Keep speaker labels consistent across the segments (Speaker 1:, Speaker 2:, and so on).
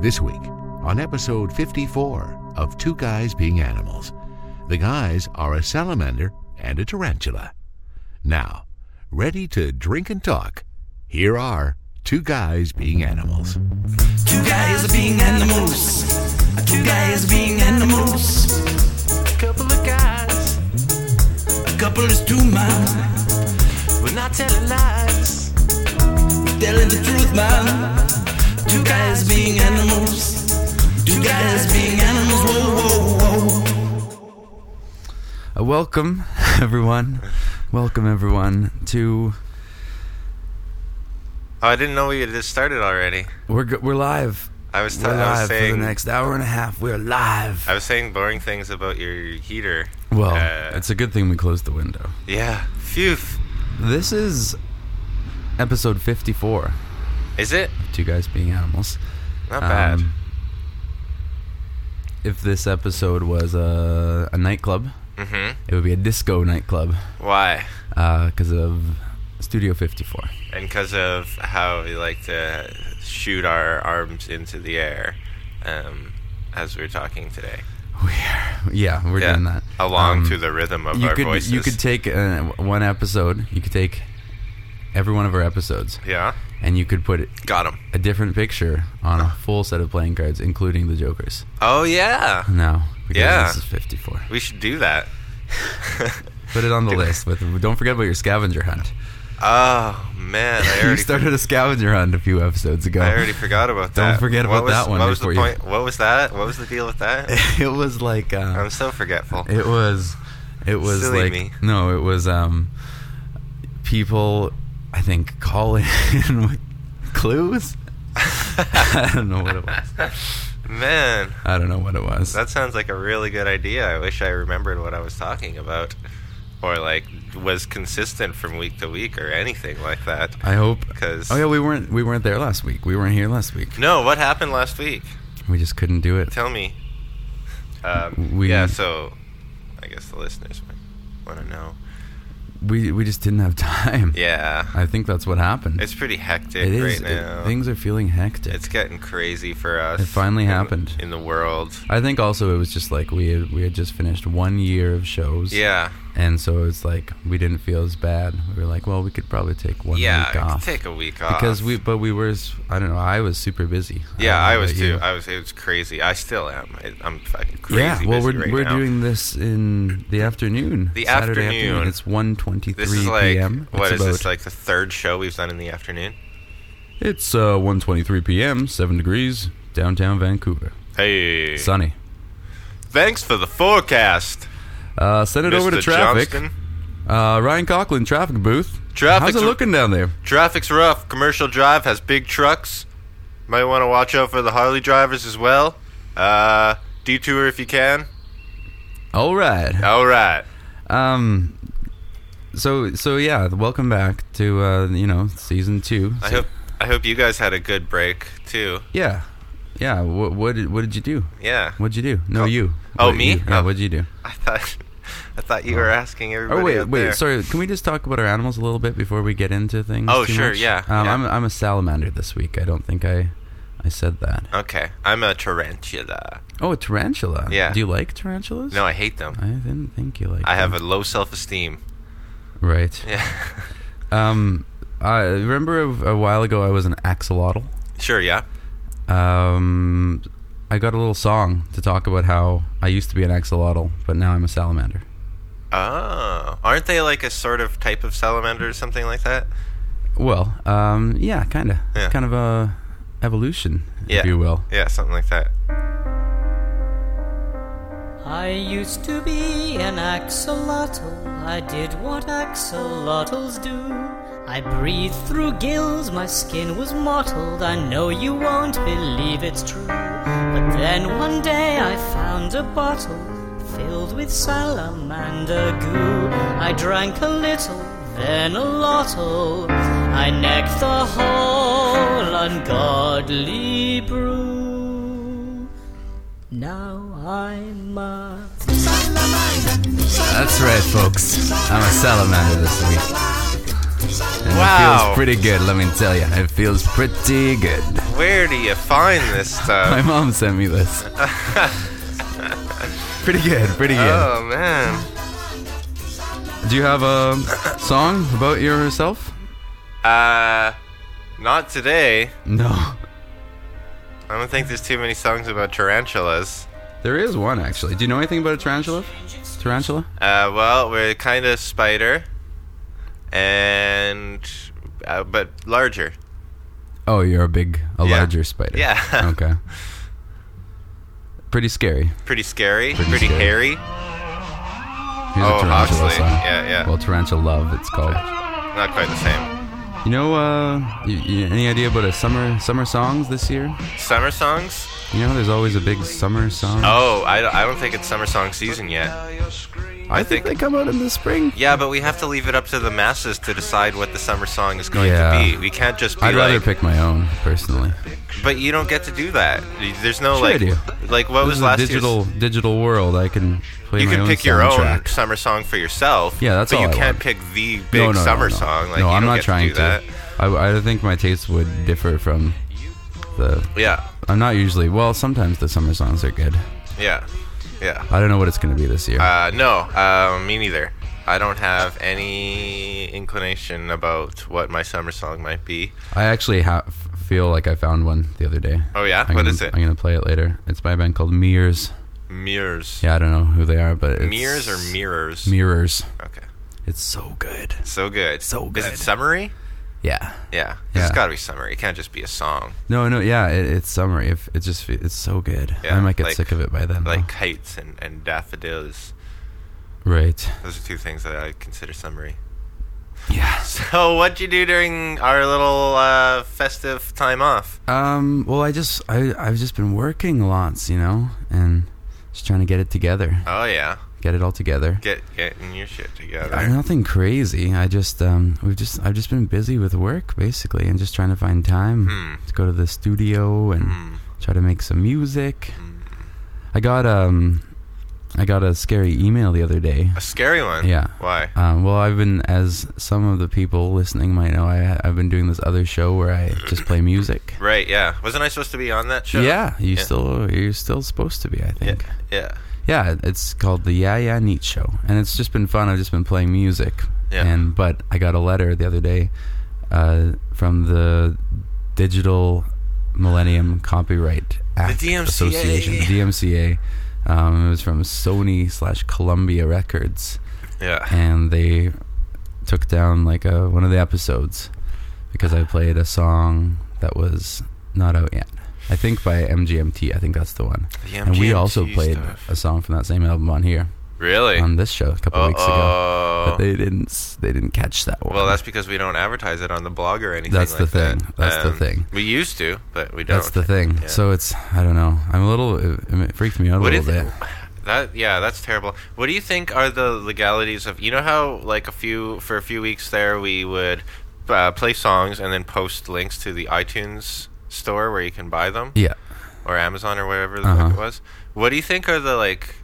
Speaker 1: This week, on episode 54 of Two Guys Being Animals, the guys are a salamander and a tarantula. Now, ready to drink and talk, here are Two Guys Being Animals.
Speaker 2: Two guys are being animals. Two guys are being animals.
Speaker 3: A couple of guys,
Speaker 2: A couple is too much.
Speaker 3: we're not telling lies.
Speaker 2: Telling the truth, man. Two guys being animals. Two guys being animals. Whoa, whoa, whoa.
Speaker 4: Uh, welcome, everyone. Welcome, everyone, to.
Speaker 5: Oh, I didn't know we had just started already.
Speaker 4: We're, go- we're live.
Speaker 5: I was, t-
Speaker 4: we're
Speaker 5: I
Speaker 4: live
Speaker 5: was saying
Speaker 4: for the next hour and a half. We're live.
Speaker 5: I was saying boring things about your heater.
Speaker 4: well,
Speaker 5: uh,
Speaker 4: it's a good thing we closed the window.
Speaker 5: yeah. Phew.
Speaker 4: This is episode 54
Speaker 5: Is it
Speaker 4: Two Guys Being Animals.
Speaker 5: not bad?
Speaker 4: Um, if this episode was a, a nightclub,
Speaker 5: Mm-hmm.
Speaker 4: it would be a disco nightclub
Speaker 5: Why?
Speaker 4: because of Studio 54.
Speaker 5: And because of how we like to shoot our arms into the air, um, as we are talking today.
Speaker 4: Yeah, we're
Speaker 5: yeah.
Speaker 4: doing that.
Speaker 5: Along
Speaker 4: Um,
Speaker 5: to the rhythm of
Speaker 4: you
Speaker 5: our
Speaker 4: could
Speaker 5: voices.
Speaker 4: you could take uh, one episode. You could take every one of our episodes,
Speaker 5: yeah.
Speaker 4: and you could put
Speaker 5: Got him.
Speaker 4: a different picture on a full set of playing cards, including the jokers.
Speaker 5: Oh yeah.
Speaker 4: No, because
Speaker 5: Yeah.
Speaker 4: this is fifty-four.
Speaker 5: We should do that.
Speaker 4: Put it on the list. With don't forget about your scavenger hunt.
Speaker 5: oh man, I
Speaker 4: You
Speaker 5: already
Speaker 4: started a scavenger hunt a few episodes ago.
Speaker 5: I already forgot about
Speaker 4: Don't
Speaker 5: that.
Speaker 4: forget
Speaker 5: What
Speaker 4: about
Speaker 5: was-
Speaker 4: that one
Speaker 5: What was the
Speaker 4: before you-
Speaker 5: point? What was that? What was the deal with that?
Speaker 4: it was like uh,
Speaker 5: I'm so forgetful.
Speaker 4: it was it was
Speaker 5: Silly
Speaker 4: like
Speaker 5: me.
Speaker 4: no, it was um people I think calling in with clues. I don't know what it was.
Speaker 5: Man,
Speaker 4: I don't know what it was.
Speaker 5: that sounds like a really good idea. I wish I remembered what I was talking about, or like was consistent from week to week or anything like that.
Speaker 4: I hope.
Speaker 5: 'Cause-
Speaker 4: Oh yeah, we weren't we weren't there last week. We weren't here last week.
Speaker 5: No, what happened last week?
Speaker 4: We just couldn't do it.
Speaker 5: Tell me. Um,
Speaker 4: We-
Speaker 5: yeah, so I guess the listeners might want to know.
Speaker 4: We we just didn't have time.
Speaker 5: Yeah,
Speaker 4: I think that's what happened.
Speaker 5: it's pretty hectic
Speaker 4: It
Speaker 5: right
Speaker 4: is- it-
Speaker 5: now.
Speaker 4: things are feeling hectic.
Speaker 5: it's getting crazy for us.
Speaker 4: It finally
Speaker 5: in-
Speaker 4: happened.
Speaker 5: in the world.
Speaker 4: I think also it was just like we had, we had just finished one year of shows.
Speaker 5: Yeah,
Speaker 4: And so it's like we didn't feel as bad. We were like, well, we could probably take one
Speaker 5: yeah.
Speaker 4: week off.
Speaker 5: Take a week off
Speaker 4: because we, but we were, s- I don't know, I was super busy.
Speaker 5: Yeah, I
Speaker 4: don't know
Speaker 5: was
Speaker 4: about
Speaker 5: too.
Speaker 4: you.
Speaker 5: I was. It was crazy. I still am. I, I'm fucking crazy.
Speaker 4: yeah, well,
Speaker 5: busy
Speaker 4: we're,
Speaker 5: right
Speaker 4: we're
Speaker 5: now.
Speaker 4: doing this in the afternoon.
Speaker 5: The
Speaker 4: Saturday
Speaker 5: afternoon.
Speaker 4: afternoon. It's 1.23
Speaker 5: This is like
Speaker 4: p.m.
Speaker 5: what
Speaker 4: it's
Speaker 5: is
Speaker 4: about-
Speaker 5: this like the third show we've done in the afternoon?
Speaker 4: It's uh, 1.23 p.m., 7 degrees, downtown Vancouver.
Speaker 5: Hey,
Speaker 4: Sunny.
Speaker 5: thanks for the forecast.
Speaker 4: Uh, send it
Speaker 5: Mr.
Speaker 4: over to traffic.
Speaker 5: Johnston.
Speaker 4: Uh, Ryan Coughlin, traffic booth.
Speaker 5: Traffic's
Speaker 4: How's it
Speaker 5: r-
Speaker 4: looking down there?
Speaker 5: Traffic's rough. Commercial drive has big trucks. Might want to watch out for the Harley drivers as well. Uh, detour if you can.
Speaker 4: All right.
Speaker 5: All right.
Speaker 4: Uh, Um. So so yeah, welcome back to uh, you know season two.
Speaker 5: I
Speaker 4: So-
Speaker 5: hope I hope you guys had a good break too.
Speaker 4: yeah, yeah. What what did, what did you do?
Speaker 5: Yeah.
Speaker 4: What'd you do? No, you.
Speaker 5: Oh,
Speaker 4: What-
Speaker 5: me?
Speaker 4: you- yeah.
Speaker 5: Oh.
Speaker 4: What'd you do?
Speaker 5: I thought I thought you were asking everybody.
Speaker 4: Oh wait,
Speaker 5: out
Speaker 4: wait.
Speaker 5: there.
Speaker 4: Sorry. Can we just talk about our animals a little bit before we get into things?
Speaker 5: Oh,
Speaker 4: too
Speaker 5: sure,
Speaker 4: much?
Speaker 5: yeah,
Speaker 4: Um,
Speaker 5: yeah.
Speaker 4: I'm I'm a salamander this week. I don't think I I said that.
Speaker 5: Okay, I'm a tarantula.
Speaker 4: Oh, a tarantula.
Speaker 5: Yeah.
Speaker 4: Do you like tarantulas?
Speaker 5: No, I hate them.
Speaker 4: I didn't think you liked.
Speaker 5: I have a
Speaker 4: them.
Speaker 5: low self-esteem.
Speaker 4: right.
Speaker 5: Yeah,
Speaker 4: Um, I remember a, a while ago I was an axolotl.
Speaker 5: sure, yeah.
Speaker 4: Um, I got a little song to talk about how I used to be an axolotl, but now I'm a salamander.
Speaker 5: Oh, aren't they like a sort of type of salamander or something like that?
Speaker 4: Well, um, yeah, kind of,
Speaker 5: Yeah.
Speaker 4: kind of a evolution,
Speaker 5: Yeah.
Speaker 4: if you will.
Speaker 5: Yeah, something like that.
Speaker 6: I used to be an axolotl. I did what axolotls do. I breathed through gills, my skin was mottled. I know you won't believe it's true. But then one day I found a bottle filled with salamander goo. I drank a little, then a lottle. I necked the whole ungodly brew. Now I'm a
Speaker 4: That's right, folks. I'm a salamander this week. And
Speaker 5: Wow.
Speaker 4: feels pretty good, let me tell you. It feels pretty good.
Speaker 5: Where do you find this
Speaker 4: My
Speaker 5: stuff?
Speaker 4: mom sent me this. pretty good, pretty good.
Speaker 5: Oh man.
Speaker 4: Do you have a song about yourself?
Speaker 5: Uh, not today.
Speaker 4: No.
Speaker 5: I don't think there's too many songs about tarantulas.
Speaker 4: There is one actually. Do you know anything about a tarantula? Tarantula?
Speaker 5: Uh, well, we're kind of spider, and uh, but larger.
Speaker 4: Oh, you're a big, a
Speaker 5: Yeah.
Speaker 4: larger spider.
Speaker 5: Yeah.
Speaker 4: okay. Pretty scary. Here's
Speaker 5: Pretty scary. Pretty,
Speaker 4: scary.
Speaker 5: hairy.
Speaker 4: a
Speaker 5: Oh,
Speaker 4: tarantula
Speaker 5: Huxley.
Speaker 4: song.
Speaker 5: Yeah, yeah.
Speaker 4: Well, tarantula love, it's called.
Speaker 5: Not quite the same.
Speaker 4: You know, uh, you, you, any idea about a summer summer songs this year?
Speaker 5: Summer songs?
Speaker 4: You know, there's always a big summer song.
Speaker 5: Oh, I, don't- I don't think it's summer song season yet.
Speaker 4: I, think,
Speaker 5: think-
Speaker 4: they come out in the spring.
Speaker 5: Yeah, but we have to leave it up to the masses to decide what the summer song is going
Speaker 4: Yeah.
Speaker 5: to be. We can't just be
Speaker 4: I'd rather
Speaker 5: like.
Speaker 4: pick my own personally.
Speaker 5: But you don't get to do that. There's no
Speaker 4: Sure I
Speaker 5: like.
Speaker 4: do.
Speaker 5: Like what
Speaker 4: this
Speaker 5: was
Speaker 4: is
Speaker 5: last
Speaker 4: a
Speaker 5: year's-
Speaker 4: digital digital world. I can play
Speaker 5: You
Speaker 4: my
Speaker 5: can
Speaker 4: own
Speaker 5: pick your own
Speaker 4: soundtrack.
Speaker 5: summer song for yourself.
Speaker 4: Yeah, that's
Speaker 5: but
Speaker 4: all
Speaker 5: you
Speaker 4: I
Speaker 5: can't
Speaker 4: want.
Speaker 5: pick the big summer song. Like
Speaker 4: no,
Speaker 5: you
Speaker 4: I'm
Speaker 5: don't
Speaker 4: not
Speaker 5: get
Speaker 4: trying
Speaker 5: to do that.
Speaker 4: I, I think my taste would differ from the.
Speaker 5: Yeah,
Speaker 4: I'm not usually. Well, sometimes the summer songs are good.
Speaker 5: yeah, yeah.
Speaker 4: I don't know what it's going to be this year.
Speaker 5: Uh, no, uh, me neither. I don't have any inclination about what my summer song might be.
Speaker 4: I actually ha- feel like I found one the other day.
Speaker 5: Oh, yeah?
Speaker 4: I'm
Speaker 5: What
Speaker 4: gonna,
Speaker 5: is it?
Speaker 4: I'm going to play it later. It's by a band called Mirrors.
Speaker 5: Mirrors.
Speaker 4: Yeah, I don't know who they are, but it's
Speaker 5: Mirrors or mirrors?
Speaker 4: Mirrors.
Speaker 5: okay.
Speaker 4: It's so good.
Speaker 5: So good.
Speaker 4: So
Speaker 5: Is
Speaker 4: good.
Speaker 5: it summary?
Speaker 4: Yeah.
Speaker 5: Yeah.
Speaker 4: Yeah.
Speaker 5: It's got to be summary. It can't just be a song.
Speaker 4: No, no, yeah, it, it's summery. If it just fe- it's so good.
Speaker 5: Yeah,
Speaker 4: I might get
Speaker 5: like-
Speaker 4: sick of it by then. though.
Speaker 5: Like kites and, and daffodils.
Speaker 4: right.
Speaker 5: Those are two things that I consider summary.
Speaker 4: Yeah.
Speaker 5: So, what'd you do during our little uh, festive time off?
Speaker 4: Um. Well, I just I I've just been working lots, you know, and just trying to get it together,
Speaker 5: Oh yeah,
Speaker 4: get it all together.
Speaker 5: get getting your shit together.
Speaker 4: Uh, nothing crazy. I just um we've just I've just been busy with work basically, and just trying to find time
Speaker 5: Hmm.
Speaker 4: to go to the studio and try to make some music.
Speaker 5: Mm.
Speaker 4: I got um I got a scary email the other day.
Speaker 5: A scary one.
Speaker 4: Yeah.
Speaker 5: Why?
Speaker 4: Um, well, I've been, as some of the people listening might know, I, I've been doing this other show where I just play music.
Speaker 5: Right. Yeah. Wasn't I supposed to be on that show?
Speaker 4: Yeah, you
Speaker 5: Yeah.
Speaker 4: still you're still supposed to be, I
Speaker 5: Yeah.
Speaker 4: think.
Speaker 5: Yeah.
Speaker 4: Yeah, it's called the Yeah Yeah Neat Show, and it's just been fun. I've just been playing music,
Speaker 5: Yeah.
Speaker 4: and but I got a letter the other day uh, from the Digital Millennium Copyright Act
Speaker 5: DMCA.
Speaker 4: Association, the DMCA. Um, it was from Sony slash Columbia Records,
Speaker 5: Yeah.
Speaker 4: and they took down like a, one of the episodes because I played a song that was not out yet. I think by MGMT. I think that's the one.
Speaker 5: The
Speaker 4: and we also
Speaker 5: MGMT
Speaker 4: played
Speaker 5: stuff.
Speaker 4: a song from that same album on here
Speaker 5: Really?
Speaker 4: on this show a couple weeks ago. But
Speaker 5: oh.
Speaker 4: they didn't. s- They didn't catch that one.
Speaker 5: Well, that's because we don't advertise it on the blog or anything.
Speaker 4: That's the
Speaker 5: like that.
Speaker 4: thing. That's the
Speaker 5: Um,
Speaker 4: thing.
Speaker 5: We used to, but we don't.
Speaker 4: That's the thing.
Speaker 5: Yeah.
Speaker 4: So it's. I don't know. I'm a little. It, it freaked me out a
Speaker 5: What do you
Speaker 4: little bit.
Speaker 5: thi- That yeah, that's terrible. What do you think are the legalities of you know how like a few for a few weeks there we would uh, play songs and then post links to the iTunes store where you can buy them
Speaker 4: Yeah.
Speaker 5: or Amazon or whatever the
Speaker 4: Uh-huh.
Speaker 5: fuck it was. What do you think are the like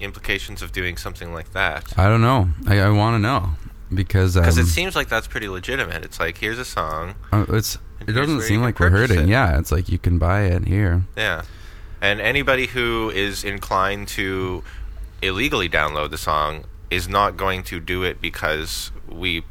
Speaker 5: implications of doing something like that?
Speaker 4: I don't know. I, I want to know because um,
Speaker 5: Because it seems like that's pretty legitimate. It's like here's a song,
Speaker 4: uh, it's.
Speaker 5: And
Speaker 4: It
Speaker 5: here's
Speaker 4: doesn't
Speaker 5: where you
Speaker 4: seem
Speaker 5: can
Speaker 4: like we're
Speaker 5: purchase
Speaker 4: hurting.
Speaker 5: it.
Speaker 4: Yeah. It's like you can buy it here.
Speaker 5: yeah, and anybody who is inclined to illegally download the song is not going to do it because we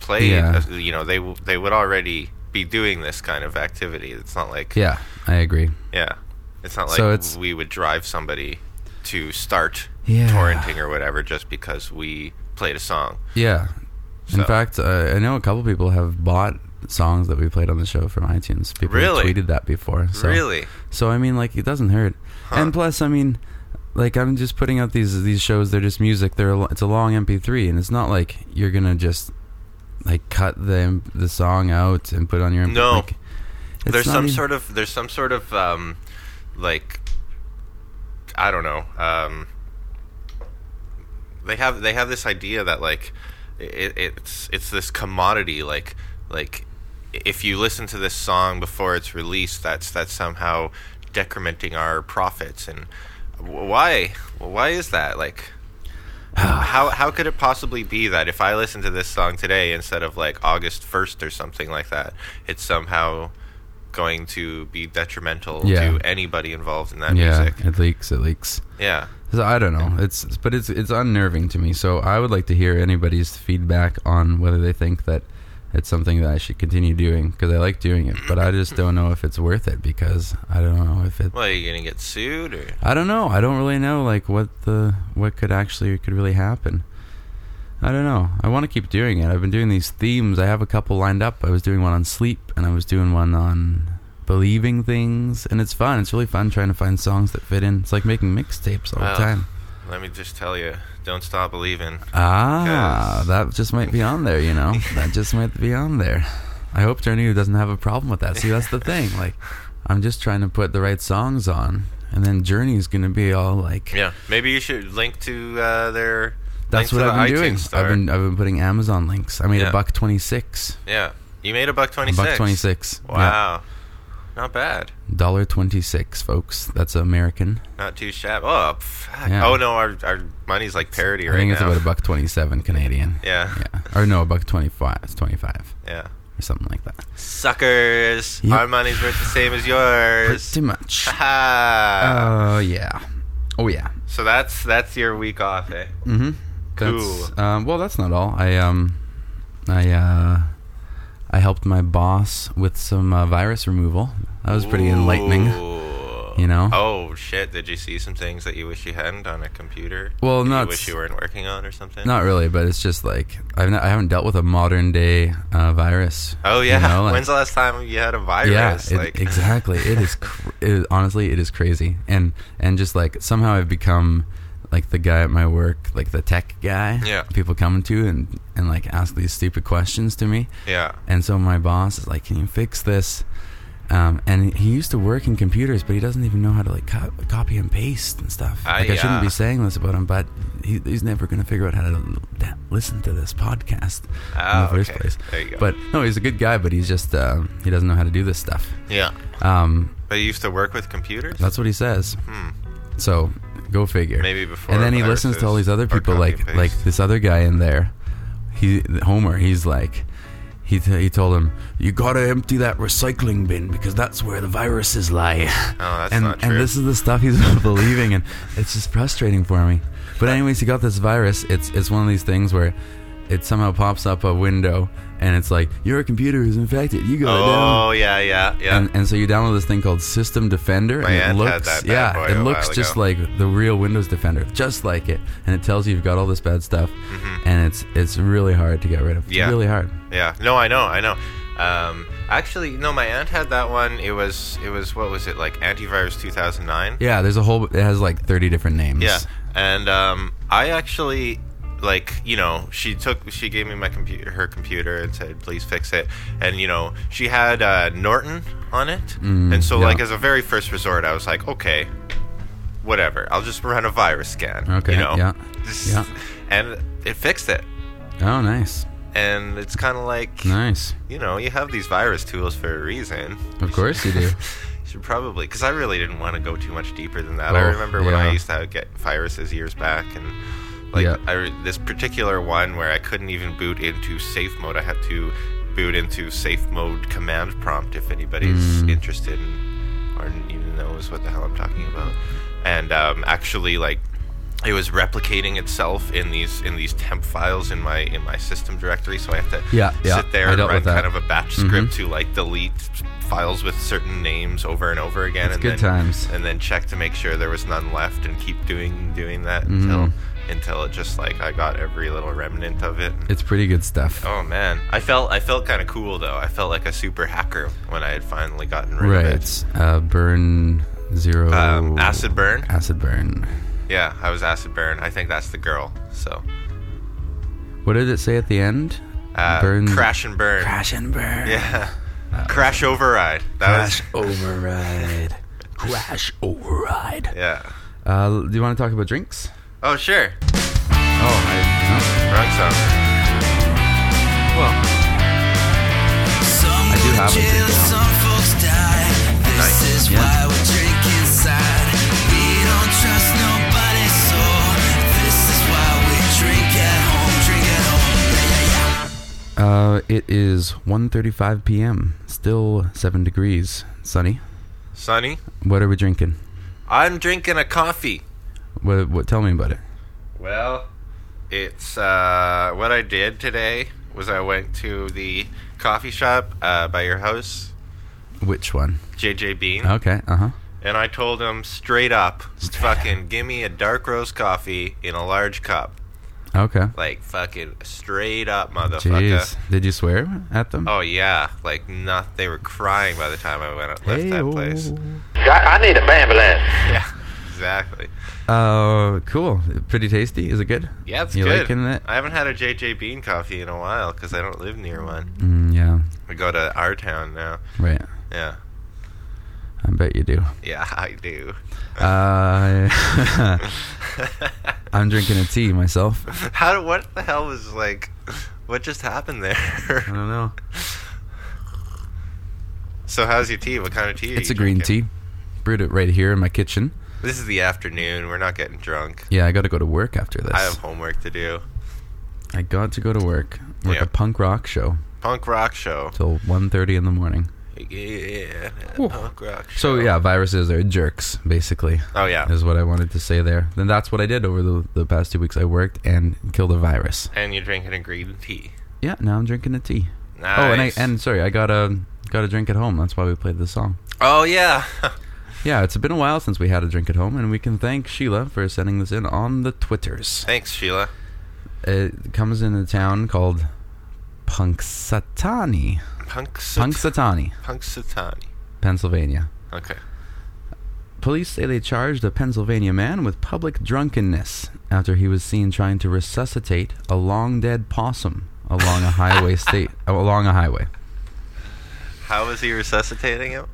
Speaker 5: played.
Speaker 4: Yeah.
Speaker 5: uh, You know, they w- they would already be doing this kind of activity. It's not like
Speaker 4: Yeah. I agree.
Speaker 5: yeah. it's not like
Speaker 4: So it's-
Speaker 5: we would drive somebody to start
Speaker 4: Yeah.
Speaker 5: torrenting or whatever just because we played a song.
Speaker 4: Yeah. In
Speaker 5: So-
Speaker 4: fact, uh, I know a couple people have bought songs that we played on the show from iTunes. People have
Speaker 5: Really?
Speaker 4: tweeted that before. So.
Speaker 5: Really?
Speaker 4: So I mean, like it doesn't hurt. And plus, I mean, like I'm just putting out these these shows. They're just music. They're a lo- it's a long MP3, and it's not like you're gonna just like cut the m- the song out and put it on your MP3.
Speaker 5: No.
Speaker 4: Like, it's
Speaker 5: there's
Speaker 4: not
Speaker 5: some
Speaker 4: even-
Speaker 5: sort of there's some sort of um like I don't know. Um they have they have this idea that like it, it's it's this commodity like like if you listen to this song before it's released that's that's somehow decrementing our profits and wh- why why is that like how how could it possibly be that if I listen to this song today instead of like August first or something like that, it's somehow going to be detrimental
Speaker 4: Yeah.
Speaker 5: to anybody involved in that
Speaker 4: yeah,
Speaker 5: music?
Speaker 4: it leaks. It leaks.
Speaker 5: Yeah.
Speaker 4: So I don't know. It's but it's it's unnerving to me. So I would like to hear anybody's feedback on whether they think that it's something that I should continue doing because I like doing it, but I just don't know if it's worth it because I don't know if it.
Speaker 5: Well, are you gonna get sued or?
Speaker 4: I don't know. I don't really know like what the what could actually could really happen. I don't know. I want to keep doing it. I've been doing these themes. I have a couple lined up. I was doing one on sleep and I was doing one on believing things and it's fun. It's really fun trying to find songs that fit in. It's like making mixtapes all
Speaker 5: Well,
Speaker 4: the time.
Speaker 5: Let me just tell you, don't stop believing.
Speaker 4: Ah,
Speaker 5: Because-
Speaker 4: that just might be on there, you know? that just might be on there. I hope Turnu doesn't have a problem with that. See, that's the thing. Like, I'm just trying to put the right songs on, and then Journey's going to be all like,
Speaker 5: Yeah, maybe you should link to uh, their. link
Speaker 4: that's
Speaker 5: to
Speaker 4: what
Speaker 5: the
Speaker 4: I've been
Speaker 5: iTunes
Speaker 4: doing.
Speaker 5: Store.
Speaker 4: I've been I've been putting Amazon links. I made
Speaker 5: Yeah.
Speaker 4: a buck 26.
Speaker 5: Yeah, you made a buck
Speaker 4: A
Speaker 5: twenty six.
Speaker 4: buck 26. Yeah.
Speaker 5: Wow, not bad.
Speaker 4: Dollar 26, folks. That's American.
Speaker 5: Not too shabby. Oh, fuck.
Speaker 4: Yeah.
Speaker 5: oh no, our, our money's like parody
Speaker 4: I
Speaker 5: right
Speaker 4: think it's
Speaker 5: now.
Speaker 4: about a buck 27 Canadian.
Speaker 5: yeah. yeah,
Speaker 4: Yeah. Or no, a buck 25. It's 25 or something like that.
Speaker 5: Suckers,
Speaker 4: Yep.
Speaker 5: our money's worth the same as yours.
Speaker 4: Pretty much.
Speaker 5: Ha!
Speaker 4: Oh, yeah. Oh, yeah.
Speaker 5: so that's that's your week off, eh?
Speaker 4: Mm-hmm.
Speaker 5: Cool.
Speaker 4: That's, um, well, that's not all. I um, I uh, I helped my boss with some uh, virus removal. That was pretty enlightening.
Speaker 5: Ooh.
Speaker 4: You know.
Speaker 5: Oh shit! Did you see some things that you wish you hadn't on a computer?
Speaker 4: Well,
Speaker 5: that
Speaker 4: not
Speaker 5: you wish
Speaker 4: s-
Speaker 5: you weren't working on or something.
Speaker 4: Not really, but it's just like I've not, I haven't dealt with a modern day uh, virus.
Speaker 5: Oh yeah.
Speaker 4: You know, like-
Speaker 5: When's the last time you had a
Speaker 4: yeah,
Speaker 5: virus?
Speaker 4: it-
Speaker 5: like
Speaker 4: exactly. It is, cr- it is honestly, it is crazy, and and just like somehow I've become like the guy at my work, like the tech guy.
Speaker 5: Yeah.
Speaker 4: people coming to and and like ask these stupid questions to me.
Speaker 5: Yeah.
Speaker 4: And so my boss is like, "Can you fix this?" Um, and he used to work in computers, but he doesn't even know how to like co- copy and paste and stuff.
Speaker 5: Ah,
Speaker 4: like I
Speaker 5: yeah.
Speaker 4: shouldn't be saying this about him, but he, he's never going to figure out how to l- da- listen to this podcast
Speaker 5: Ah,
Speaker 4: in the first
Speaker 5: okay.
Speaker 4: place.
Speaker 5: There you go.
Speaker 4: But no, he's a good guy, but he's just uh, he doesn't know how to do this stuff.
Speaker 5: Yeah.
Speaker 4: Um,
Speaker 5: But you used to work with computers.
Speaker 4: that's what he says. So go figure.
Speaker 5: Hmm. Maybe before
Speaker 4: And then he
Speaker 5: viruses
Speaker 4: listens to all these
Speaker 5: or
Speaker 4: other people,
Speaker 5: copy and
Speaker 4: like like
Speaker 5: paste.
Speaker 4: this other guy in there. He Homer. He's like. He, t- he told him, "You gotta empty that recycling bin because that's where the viruses lie." Oh,
Speaker 5: that's
Speaker 4: and,
Speaker 5: not true.
Speaker 4: And this is the stuff he's believing, and it's just frustrating for me. But anyways, he got this virus. It's it's one of these things where it somehow pops up a window, and it's like your computer is infected. You gotta down
Speaker 5: Oh yeah, yeah, yeah.
Speaker 4: and, and so you download this thing called System Defender,
Speaker 5: My
Speaker 4: and it
Speaker 5: aunt
Speaker 4: looks
Speaker 5: had that bad
Speaker 4: yeah,
Speaker 5: boy
Speaker 4: it
Speaker 5: a
Speaker 4: looks
Speaker 5: while
Speaker 4: just
Speaker 5: ago.
Speaker 4: like the real Windows Defender, just like it, and it tells you you've got all this bad stuff, and it's it's really hard to get rid of. It's
Speaker 5: Mm-hmm. Yeah.
Speaker 4: really hard.
Speaker 5: Yeah. No, I know, I know. Um, actually, no. My aunt had that one. It was, it was. What was it like? Antivirus 2009.
Speaker 4: Yeah, there's a whole. It has like 30 different names.
Speaker 5: Yeah. And um, I actually, like, you know, she took, she gave me my computer, her computer, and said, "Please fix it." And you know, she had uh, Norton on it, and so
Speaker 4: Mm, yeah.
Speaker 5: like as a very first resort, I was like, okay, whatever, I'll just run a virus scan.
Speaker 4: Okay,
Speaker 5: You know.
Speaker 4: yeah, yeah.
Speaker 5: And it fixed it.
Speaker 4: Oh, nice,
Speaker 5: And it's kind of like,
Speaker 4: nice.
Speaker 5: you know, you have these virus tools for a reason.
Speaker 4: Of course you do.
Speaker 5: Should probably, because I really didn't want to go too much deeper than that. I
Speaker 4: Oh,
Speaker 5: remember when I
Speaker 4: yeah.
Speaker 5: used to get viruses years back, and like
Speaker 4: Yeah.
Speaker 5: I re this particular one where I couldn't even boot into safe mode. I had to boot into safe mode command prompt. If anybody's
Speaker 4: Mm.
Speaker 5: interested in, or even knows what the hell I'm talking about, and um, actually like it was replicating itself in these in these temp files in my in my system directory. So I have to
Speaker 4: Yeah, yeah,
Speaker 5: sit there
Speaker 4: I
Speaker 5: and
Speaker 4: dealt
Speaker 5: run
Speaker 4: with that.
Speaker 5: kind of a batch script
Speaker 4: Mm-hmm.
Speaker 5: to like delete files with certain names over and over again
Speaker 4: It's
Speaker 5: and
Speaker 4: good
Speaker 5: then,
Speaker 4: times.
Speaker 5: and then check to make sure there was none left and keep doing doing that
Speaker 4: Mm-hmm.
Speaker 5: until until it just like I got every little remnant of it.
Speaker 4: It's pretty good stuff.
Speaker 5: Oh man, I felt I felt kind of cool though. I felt like a super hacker when I had finally gotten rid
Speaker 4: right.
Speaker 5: of it.
Speaker 4: It's uh, burn zero.
Speaker 5: Um, acid burn.
Speaker 4: Acid burn.
Speaker 5: Yeah, I was acid burn. I think that's the girl. So
Speaker 4: What did it say at the end?
Speaker 5: uh,
Speaker 4: burn.
Speaker 5: crash and burn.
Speaker 4: Crash and burn.
Speaker 5: Yeah, crash override. That
Speaker 4: Crash
Speaker 5: was
Speaker 4: override. Crash override.
Speaker 5: yeah.
Speaker 4: Uh, do you want to talk about drinks?
Speaker 5: Oh sure,
Speaker 4: Oh, I,
Speaker 5: wrong song.
Speaker 4: well,
Speaker 2: Some
Speaker 4: I do
Speaker 2: go to
Speaker 4: have a
Speaker 2: jail,
Speaker 4: drink now.
Speaker 2: some folks die. This is
Speaker 4: yeah.
Speaker 2: why we drink inside. We don't trust nobody, so this is why we
Speaker 4: Uh, it is 1.35 p.m. Still 7 degrees. Sunny.
Speaker 5: Sonny,
Speaker 4: What are we drinking?
Speaker 5: I'm drinking a coffee.
Speaker 4: What, what? Tell me about it.
Speaker 5: Well, it's uh, what I did today was I went to the coffee shop uh, by your house,
Speaker 4: Which one?
Speaker 5: JJ Bean,
Speaker 4: Okay. Uh huh.
Speaker 5: and I told him straight up, fucking give me a dark roast coffee in a large cup.
Speaker 4: Okay.
Speaker 5: Like fucking straight up, motherfucker.
Speaker 4: Jeez. Did you swear at them?
Speaker 5: uh? Oh yeah, like not. They were crying by the time I went left that
Speaker 4: Heyo.
Speaker 5: place.
Speaker 7: I, I need a ambulance.
Speaker 5: Yeah, exactly.
Speaker 4: Uh, cool. Pretty tasty. Is it good?
Speaker 5: Yeah, it's
Speaker 4: you
Speaker 5: good.
Speaker 4: liking it?
Speaker 5: I haven't had a JJ Bean coffee in a while because I don't live near one.
Speaker 4: Mm, yeah.
Speaker 5: I go to our town now.
Speaker 4: Right.
Speaker 5: Yeah,
Speaker 4: I bet you do.
Speaker 5: yeah, I do.
Speaker 4: Uh, I'm drinking a tea myself.
Speaker 5: How? do- What the hell was like? What just happened
Speaker 4: I
Speaker 5: there?
Speaker 4: don't know.
Speaker 5: so how's your tea? What kind of tea? are
Speaker 4: It's
Speaker 5: you
Speaker 4: a green
Speaker 5: drinking?
Speaker 4: tea. Brewed it right here in my kitchen.
Speaker 5: This is the afternoon. We're not getting drunk.
Speaker 4: Yeah, I got to go to work after this.
Speaker 5: I have homework to do.
Speaker 4: I got to go to work. Work
Speaker 5: Yeah.
Speaker 4: a punk rock show
Speaker 5: Punk rock show.
Speaker 4: till 1.30 in the morning.
Speaker 5: Yeah,
Speaker 4: Ooh.
Speaker 5: punk rock.
Speaker 4: So
Speaker 5: Show.
Speaker 4: yeah, viruses are jerks, basically,
Speaker 5: Oh yeah,
Speaker 4: is what I wanted to say there. Then that's what I did over the, the past two weeks. I worked and killed a virus.
Speaker 5: and you're drinking a green tea.
Speaker 4: Yeah, now I'm drinking a tea.
Speaker 5: Nice.
Speaker 4: Oh, and I and sorry, I got a got a drink at home. That's why we played this song.
Speaker 5: oh yeah.
Speaker 4: Yeah, it's been a while since we had a drink at home, and we can thank Sheila for sending this in on the Twitters.
Speaker 5: Thanks, Sheila.
Speaker 4: It comes in a town called Punxsutawney,
Speaker 5: Punk
Speaker 4: Punxsutawney,
Speaker 5: Punxsutawney.
Speaker 4: Pennsylvania.
Speaker 5: Okay.
Speaker 4: Police say they charged a Pennsylvania man with public drunkenness after he was seen trying to resuscitate a long dead possum along a highway state oh, along a highway.
Speaker 5: How is he resuscitating him?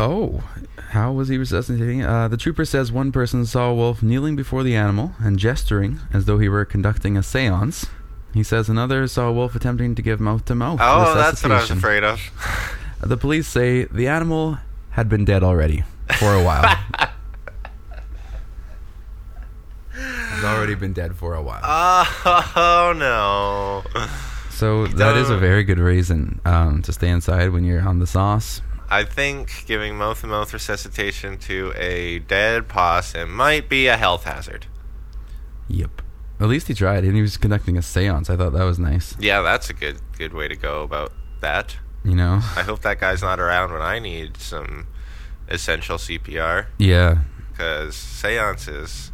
Speaker 4: Oh, how was he resuscitating? Uh, the trooper says one person saw a wolf kneeling before the animal and gesturing as though he were conducting a seance. He says another saw a wolf attempting to give mouth to mouth.
Speaker 5: Oh, that's what I was afraid of.
Speaker 4: The police say the animal had been dead already for a while. Has already been dead for a while.
Speaker 5: Uh, Oh no.
Speaker 4: so that is a
Speaker 5: don't-
Speaker 4: very good reason um, to stay inside when you're on the sauce.
Speaker 5: I think giving mouth to mouth resuscitation to a dead possum might be a health hazard.
Speaker 4: Yep. At least he tried, and he was conducting a seance. I thought that was nice.
Speaker 5: Yeah, that's a good good way to go about that.
Speaker 4: You know.
Speaker 5: I hope that guy's not around when I need some essential CPR
Speaker 4: Yeah,
Speaker 5: because seances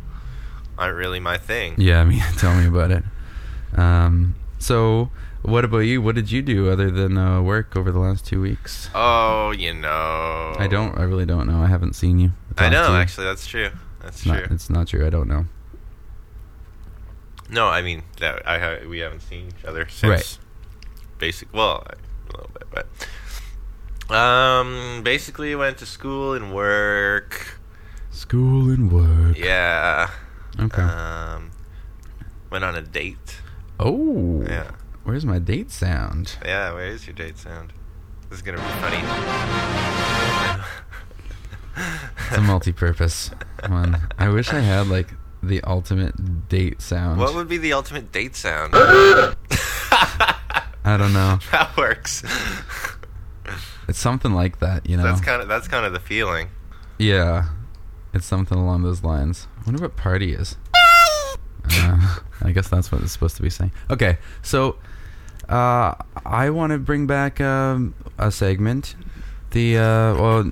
Speaker 5: aren't really my thing.
Speaker 4: yeah. I mean, tell me about it. Um, so, what about you? What did you do other than uh, work over the last two weeks?
Speaker 5: Oh, you know.
Speaker 4: I don't. I really don't know. I haven't seen you.
Speaker 5: I
Speaker 4: talked to
Speaker 5: know,
Speaker 4: you.
Speaker 5: actually, that's true. That's
Speaker 4: It's not,
Speaker 5: true.
Speaker 4: it's not true. I don't know.
Speaker 5: No, I mean that I ha- we haven't seen each other since.
Speaker 4: Right.
Speaker 5: Basic. Well, I- a little bit, but um, basically went to school and work.
Speaker 4: School and work.
Speaker 5: Yeah.
Speaker 4: Okay.
Speaker 5: Um, went on a date.
Speaker 4: oh.
Speaker 5: Yeah.
Speaker 4: Where's my date sound?
Speaker 5: Yeah. Where is your date sound? This is gonna be funny.
Speaker 4: It's a multi-purpose one. I wish I had like the ultimate date sound.
Speaker 5: What would be the ultimate date sound?
Speaker 4: I don't know.
Speaker 5: that works.
Speaker 4: It's something like that, you know.
Speaker 5: That's kind of that's kind of the feeling.
Speaker 4: Yeah, it's something along those lines. I wonder what party is. Uh, I guess that's what it's supposed to be saying. Okay, so uh, I want to bring back um, a segment. The uh, well,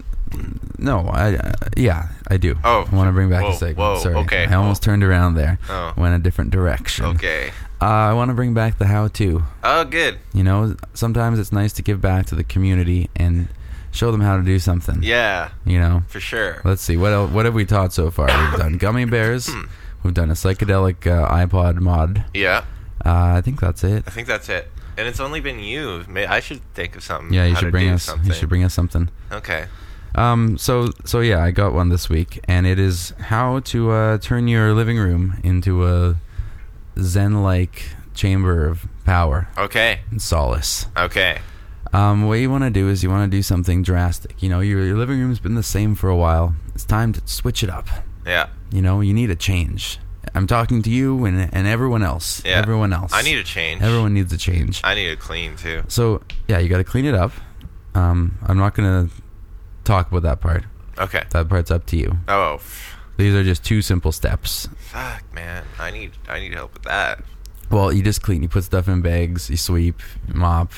Speaker 4: no, I uh, yeah, I do.
Speaker 5: Oh,
Speaker 4: I want to bring back
Speaker 5: whoa,
Speaker 4: a segment.
Speaker 5: whoa,
Speaker 4: Sorry,
Speaker 5: okay.
Speaker 4: I almost turned around there.
Speaker 5: Oh.
Speaker 4: Went a different direction.
Speaker 5: Okay.
Speaker 4: uh, I want to bring back the how-to.
Speaker 5: Oh, good.
Speaker 4: You know, sometimes it's nice to give back to the community and show them how to do something.
Speaker 5: Yeah,
Speaker 4: You know,
Speaker 5: for sure.
Speaker 4: Let's see what el what have we taught so far. We've done gummy bears.
Speaker 5: Hmm.
Speaker 4: We've done a psychedelic uh, iPod mod.
Speaker 5: Yeah.
Speaker 4: Uh, I think that's it.
Speaker 5: I think that's it. And it's only been you. May- I should think of something.
Speaker 4: Yeah, you
Speaker 5: how to
Speaker 4: should bring
Speaker 5: do
Speaker 4: us.
Speaker 5: Something.
Speaker 4: You should bring us something.
Speaker 5: Okay.
Speaker 4: Um, so so yeah, I got one this week, and it is how to uh, turn your living room into a zen-like chamber of power
Speaker 5: Okay.
Speaker 4: and solace.
Speaker 5: Okay.
Speaker 4: Um, what you want to do is you want to do something drastic. You know, your, your living room's been the same for a while. It's time to switch it up.
Speaker 5: Yeah.
Speaker 4: You know, you need a change. I'm talking to you and, and everyone else.
Speaker 5: Yeah.
Speaker 4: Everyone else.
Speaker 5: I need a change.
Speaker 4: Everyone needs a change.
Speaker 5: I need a clean too.
Speaker 4: So yeah, you got to clean it up. Um, I'm not gonna talk about that part.
Speaker 5: Okay.
Speaker 4: That part's up to you.
Speaker 5: Oh, f-
Speaker 4: These are just two simple steps.
Speaker 5: fuck, man. I need I need help with that.
Speaker 4: Well, you just clean. You put stuff in bags. You sweep, mop,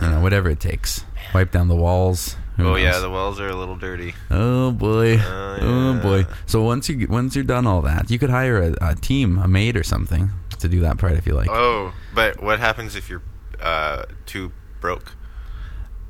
Speaker 4: you know, whatever it takes. Wipe down the walls. who
Speaker 5: Oh yeah,
Speaker 4: knows?
Speaker 5: the wells are a little dirty.
Speaker 4: Oh boy.
Speaker 5: Oh,
Speaker 4: Oh,
Speaker 5: yeah.
Speaker 4: boy. So once you once you're done all that, you could hire a, a team, a maid or something, to do that part if you like.
Speaker 5: Oh, but what happens if you're uh, too broke?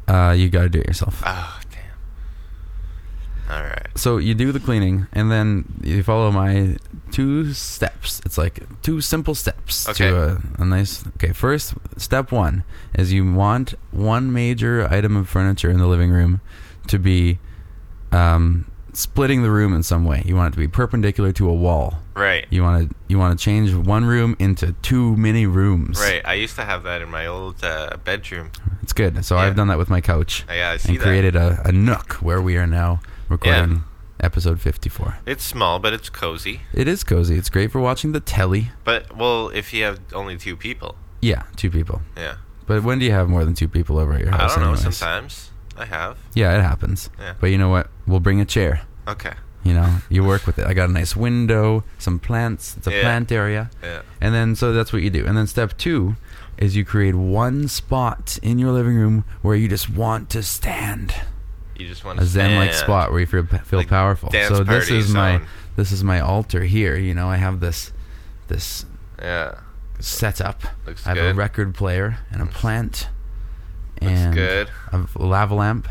Speaker 4: Uh, you gotta do it yourself.
Speaker 5: Oh damn. All right.
Speaker 4: So you do the cleaning, and then you follow my two steps. It's like two simple steps
Speaker 5: Okay.
Speaker 4: to a, a nice. Okay, first step one is you want one major item of furniture in the living room to be um, splitting the room in some way. You want it to be perpendicular to a wall.
Speaker 5: Right.
Speaker 4: You want to you want to change one room into two mini rooms.
Speaker 5: Right. I used to have that in my old uh, bedroom.
Speaker 4: It's good. So
Speaker 5: Yeah.
Speaker 4: I've done that with my couch.
Speaker 5: Yeah, I see
Speaker 4: and
Speaker 5: that.
Speaker 4: created a, a nook where we are now recording episode 54.
Speaker 5: It's small, but it's cozy.
Speaker 4: It is cozy. It's great for watching the telly.
Speaker 5: But well, if you have only two people,
Speaker 4: Yeah, two people.
Speaker 5: yeah.
Speaker 4: But when do you have more than two people over at your
Speaker 5: I
Speaker 4: house?
Speaker 5: don't know.
Speaker 4: anyways?
Speaker 5: Sometimes I have.
Speaker 4: Yeah, it happens.
Speaker 5: Yeah.
Speaker 4: But you know what? We'll bring a chair.
Speaker 5: Okay.
Speaker 4: You know, you work with it. I got a nice window, some plants. It's a
Speaker 5: Yeah.
Speaker 4: plant area.
Speaker 5: Yeah.
Speaker 4: And then, so that's what you do. And then step two is you create one spot in your living room where you just want to stand.
Speaker 5: You just want
Speaker 4: a
Speaker 5: to
Speaker 4: zen like
Speaker 5: stand.
Speaker 4: spot where you feel, feel
Speaker 5: Like
Speaker 4: powerful.
Speaker 5: dance
Speaker 4: So this
Speaker 5: party
Speaker 4: is my
Speaker 5: zone.
Speaker 4: this is my altar here. You know, I have this this
Speaker 5: Yeah.
Speaker 4: setup.
Speaker 5: Looks
Speaker 4: I have
Speaker 5: good.
Speaker 4: a record player and a plant.
Speaker 5: Looks
Speaker 4: and
Speaker 5: good.
Speaker 4: A lava lamp.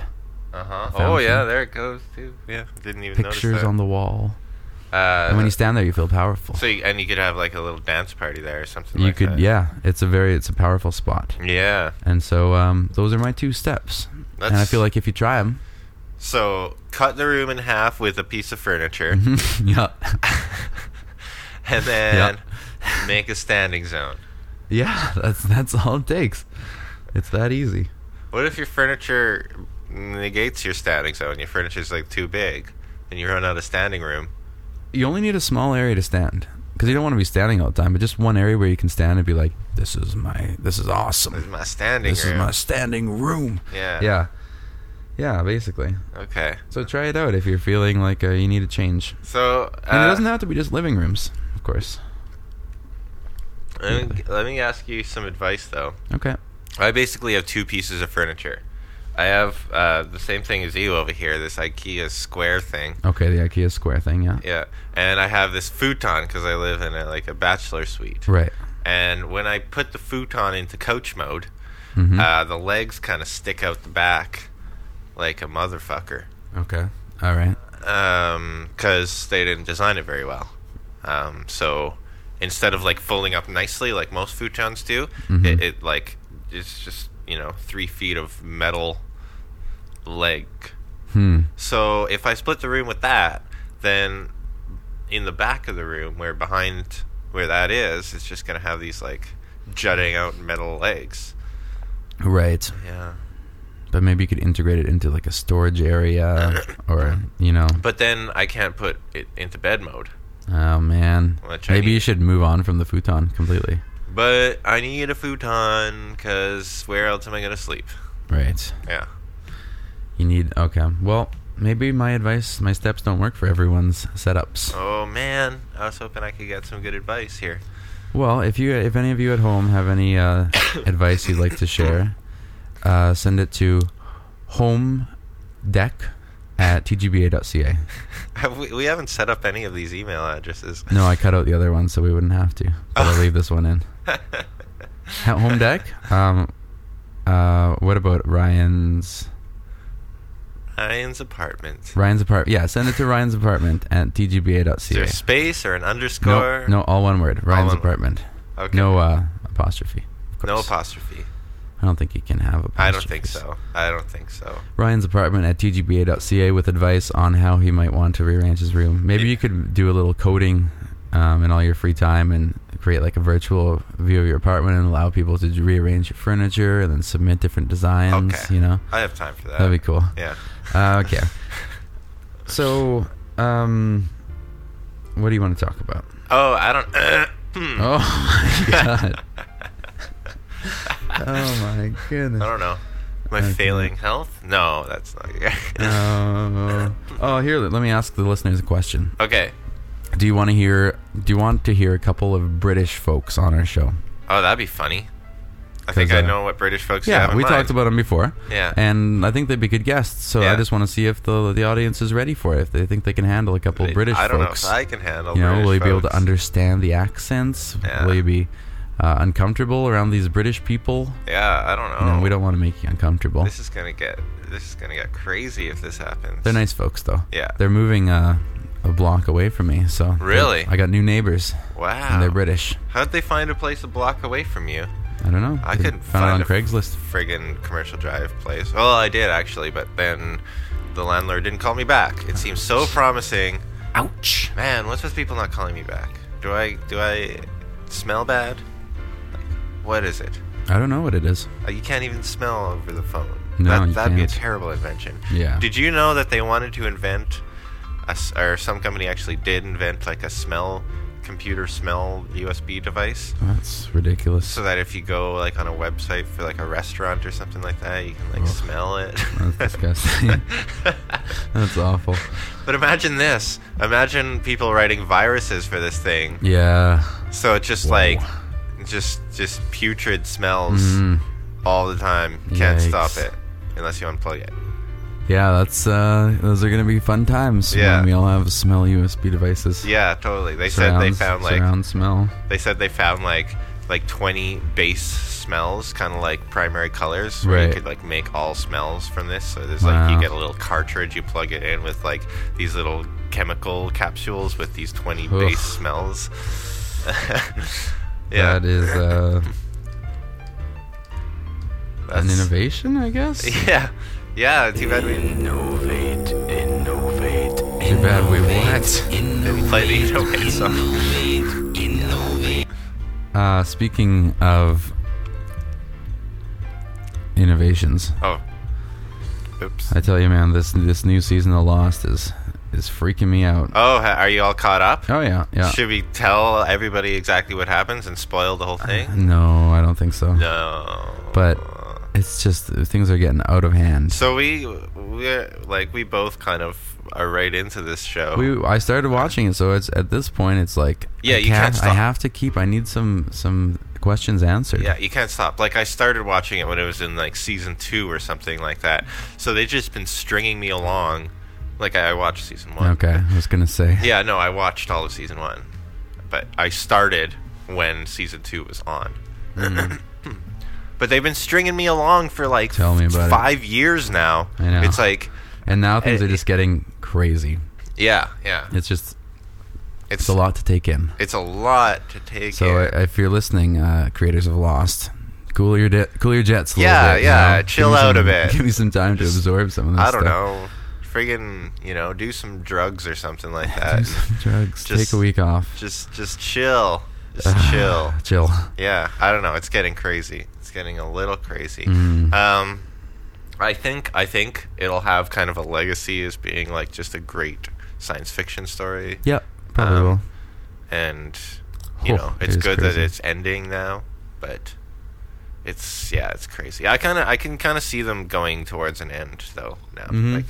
Speaker 5: Uh huh.
Speaker 4: found
Speaker 5: Oh yeah,
Speaker 4: some.
Speaker 5: there it goes too. Yeah. Didn't even
Speaker 4: Pictures on
Speaker 5: notice
Speaker 4: the wall.
Speaker 5: that. Uh,
Speaker 4: and when you stand there, you feel powerful.
Speaker 5: so you, and you could have like a little dance party there or something.
Speaker 4: you
Speaker 5: like
Speaker 4: could,
Speaker 5: that.
Speaker 4: yeah. It's a very it's a powerful spot.
Speaker 5: Yeah.
Speaker 4: And so um, those are my two steps. and I
Speaker 5: That's-
Speaker 4: feel like if you try them,
Speaker 5: So cut the room in half with a piece of furniture,
Speaker 4: Mm-hmm. yeah,
Speaker 5: and then make a standing zone.
Speaker 4: yeah, that's that's all it takes. It's that easy.
Speaker 5: What if your furniture negates your standing zone? Your furniture's like too big, and you run out of standing room.
Speaker 4: you only need a small area to stand because you don't want to be standing all the time, but just one area where you can stand and be like, "This is my, this is
Speaker 5: This is
Speaker 4: awesome.
Speaker 5: my standing
Speaker 4: This is
Speaker 5: room.
Speaker 4: my standing room."
Speaker 5: yeah.
Speaker 4: Yeah, yeah, basically.
Speaker 5: Okay.
Speaker 4: So try it out if you're feeling like uh, you need a change,
Speaker 5: So uh,
Speaker 4: and it doesn't have to be just living rooms, of course.
Speaker 5: uh, let, me, let me ask you some advice though.
Speaker 4: Okay.
Speaker 5: I basically have two pieces of furniture. I have uh, the same thing as you over here, this IKEA square thing.
Speaker 4: Okay, the IKEA square thing, yeah.
Speaker 5: Yeah, and I have this futon because I live in a, like a bachelor suite.
Speaker 4: Right.
Speaker 5: And when I put the futon into coach mode,
Speaker 4: Mm-hmm.
Speaker 5: uh, the legs kind of stick out the back like a motherfucker.
Speaker 4: Okay. All right.
Speaker 5: because um, they didn't design it very well. Um, so instead of like folding up nicely like most futons do, it, it like it's just you know three feet of metal leg. So if I split the room with that, then in the back of the room where behind where that is, it's just gonna have these like jutting out metal legs.
Speaker 4: Right.
Speaker 5: Yeah.
Speaker 4: But maybe you could integrate it into like a storage area or, you know.
Speaker 5: But then I can't put it into bed mode.
Speaker 4: Oh man.
Speaker 5: Which I
Speaker 4: Maybe
Speaker 5: need-
Speaker 4: you should move on from the futon completely.
Speaker 5: But I need a futon because where else am I gonna sleep?
Speaker 4: Right.
Speaker 5: Yeah.
Speaker 4: You need okay. Well, maybe my advice, my steps don't work for everyone's setups.
Speaker 5: Oh man, I was hoping I could get some good advice here.
Speaker 4: Well, if you, if any of you at home have any uh, advice you'd like to share, uh, send it to home deck at tgba.ca.
Speaker 5: Have we, we haven't set up any of these email addresses.
Speaker 4: No, I cut out the other one so we wouldn't have to. But I'll leave this one in. At home deck. Um, uh, what about Ryan's
Speaker 5: Ryan's apartment.
Speaker 4: Ryan's apartment? Yeah, send it to Ryan's apartment at
Speaker 5: Is there
Speaker 4: tgba.ca.
Speaker 5: a space or an underscore?
Speaker 4: No, no, all one word. Ryan's
Speaker 5: one word.
Speaker 4: apartment.
Speaker 5: Okay.
Speaker 4: No uh, apostrophe. of
Speaker 5: No
Speaker 4: course.
Speaker 5: apostrophe.
Speaker 4: I don't think you can have apostrophes.
Speaker 5: I don't think so. I don't think so.
Speaker 4: Ryan's apartment at tgba.ca with advice on how he might want to rearrange his room. Maybe you could do a little coding um, in all your free time and create like a virtual view of your apartment and allow people to rearrange your furniture and then submit different designs.
Speaker 5: Okay.
Speaker 4: You know,
Speaker 5: I have time for that.
Speaker 4: that'd be cool.
Speaker 5: Yeah.
Speaker 4: Uh, okay. so, um, what do you want to talk about?
Speaker 5: Oh, I don't. hmm,
Speaker 4: Oh my god. oh my
Speaker 5: I
Speaker 4: goodness.
Speaker 5: don't know. My failing health? No, that's not.
Speaker 4: Oh. oh, here. Let let me ask the listeners a question.
Speaker 5: okay.
Speaker 4: Do you want to hear? Do you want to hear a couple of British folks on our show?
Speaker 5: Oh, that'd be funny. I think
Speaker 4: 'Cause,
Speaker 5: I
Speaker 4: uh,
Speaker 5: know what British folks
Speaker 4: Yeah,
Speaker 5: have in
Speaker 4: we
Speaker 5: mind.
Speaker 4: talked about them before.
Speaker 5: Yeah.
Speaker 4: and I think they'd be good guests. So
Speaker 5: Yeah.
Speaker 4: I just want to see if the the audience is ready for it. If they think they can handle a couple of British
Speaker 5: I don't
Speaker 4: folks.
Speaker 5: know if I can handle.
Speaker 4: you know,
Speaker 5: British
Speaker 4: will you be able to
Speaker 5: folks.
Speaker 4: understand the accents?
Speaker 5: Yeah.
Speaker 4: Will you be uh, uncomfortable around these British people?
Speaker 5: Yeah, I don't
Speaker 4: You
Speaker 5: know.
Speaker 4: know, we don't want to make you uncomfortable.
Speaker 5: Oh. This is gonna get. This is gonna get crazy if this happens.
Speaker 4: They're nice folks, though.
Speaker 5: Yeah.
Speaker 4: They're moving uh, a block away from me, so
Speaker 5: Really?
Speaker 4: I got new neighbors,
Speaker 5: Wow.
Speaker 4: and they're British.
Speaker 5: How'd they find a place a block away from you?
Speaker 4: I don't know.
Speaker 5: I
Speaker 4: They
Speaker 5: couldn't
Speaker 4: found it on
Speaker 5: find a
Speaker 4: Craigslist.
Speaker 5: friggin' commercial drive place. Well, I did actually, but then the landlord didn't call me back. It seems so promising.
Speaker 4: Ouch!
Speaker 5: Man, what's with people not calling me back? Do I do I smell bad? What is it?
Speaker 4: I don't know what it is.
Speaker 5: Uh, You can't even smell over the phone.
Speaker 4: No,
Speaker 5: that,
Speaker 4: you
Speaker 5: that'd be a
Speaker 4: can't.
Speaker 5: terrible invention.
Speaker 4: Yeah.
Speaker 5: Did you know that they wanted to invent, a s or some company actually did invent like a smell computer smell USB device,
Speaker 4: That's ridiculous.
Speaker 5: so that if you go like on a website for like a restaurant or something like that, you can like smell it.
Speaker 4: That's disgusting. That's awful.
Speaker 5: but imagine this. Imagine people writing viruses for this thing.
Speaker 4: Yeah.
Speaker 5: So it's just like just just putrid smells all the time. Can't stop
Speaker 4: Mm-hmm. Yikes.
Speaker 5: it unless you unplug it.
Speaker 4: Yeah, that's uh those are gonna be fun times
Speaker 5: Yeah.
Speaker 4: when we all have smell USB devices.
Speaker 5: Yeah, totally. They said they
Speaker 4: Surrounds-
Speaker 5: found like
Speaker 4: surround smell.
Speaker 5: they said they found like like 20 base smells kind of like primary colors where you
Speaker 4: Right.
Speaker 5: could like make all smells from this so there's like you
Speaker 4: Wow.
Speaker 5: get a little cartridge you plug it in with like these little chemical capsules with these 20 base smells yeah
Speaker 4: That is uh an
Speaker 5: that's-
Speaker 4: innovation, I guess.
Speaker 5: yeah yeah too bad we
Speaker 8: Innovate, innovate,
Speaker 4: Too bad we what?
Speaker 5: didn't play the Innovate song
Speaker 4: Uh speaking of innovations,
Speaker 5: oh oops
Speaker 4: I tell you man, this this new season of Lost is is freaking me out.
Speaker 5: oh ha- are you all caught up
Speaker 4: Oh yeah, yeah.
Speaker 5: should we tell everybody exactly what happens and spoil the whole thing
Speaker 4: No, I don't think so.
Speaker 5: no
Speaker 4: But it's just things are getting out of hand.
Speaker 5: So we we like we both kind of are right into this show.
Speaker 4: we I started watching it, so it's at this point it's like
Speaker 5: Yeah,
Speaker 4: I
Speaker 5: you can't
Speaker 4: I
Speaker 5: stop.
Speaker 4: have to keep. I need some some questions answered.
Speaker 5: yeah, you can't stop. Like I started watching it when it was in like season two or something like that. So they've just been stringing me along. Like I I watched season one.
Speaker 4: Okay, I was gonna say.
Speaker 5: Yeah, no, I watched all of season one, but I started when season two was on.
Speaker 4: Mm-hmm.
Speaker 5: but they've been stringing me along for like
Speaker 4: Tell me about it.
Speaker 5: five years now.
Speaker 4: I know.
Speaker 5: It's like
Speaker 4: And now things
Speaker 5: Eh,
Speaker 4: are just getting crazy.
Speaker 5: yeah, yeah.
Speaker 4: It's just
Speaker 5: It's
Speaker 4: it's a lot to take in.
Speaker 5: It's a lot to take.
Speaker 4: So
Speaker 5: in.
Speaker 4: i if you're listening, uh, creators of Lost, cool your de- cool your jets. A little
Speaker 5: Yeah,
Speaker 4: bit,
Speaker 5: yeah,
Speaker 4: you know?
Speaker 5: chill
Speaker 4: Give me
Speaker 5: out a
Speaker 4: some-
Speaker 5: bit.
Speaker 4: Give me some time to
Speaker 5: Just-
Speaker 4: absorb some of this.
Speaker 5: I don't
Speaker 4: stuff.
Speaker 5: know. Friggin', you know, do some drugs or something like that.
Speaker 4: Do some drugs.
Speaker 5: Just-
Speaker 4: take a week off.
Speaker 5: just just chill. Just
Speaker 4: Ah.
Speaker 5: chill.
Speaker 4: Chill.
Speaker 5: Yeah, I don't know. It's getting crazy. It's getting a little crazy.
Speaker 4: Mm.
Speaker 5: Um I think I think it'll have kind of a legacy as being like just a great science fiction story
Speaker 4: Yep. Probably
Speaker 5: Um,
Speaker 4: will.
Speaker 5: and you
Speaker 4: Oh,
Speaker 5: know,
Speaker 4: it
Speaker 5: it's
Speaker 4: is
Speaker 5: good that
Speaker 4: crazy.
Speaker 5: it's ending now, but it's yeah, it's crazy. I kind of I can kind of see them going towards an end though now.
Speaker 4: Mhm.
Speaker 5: Like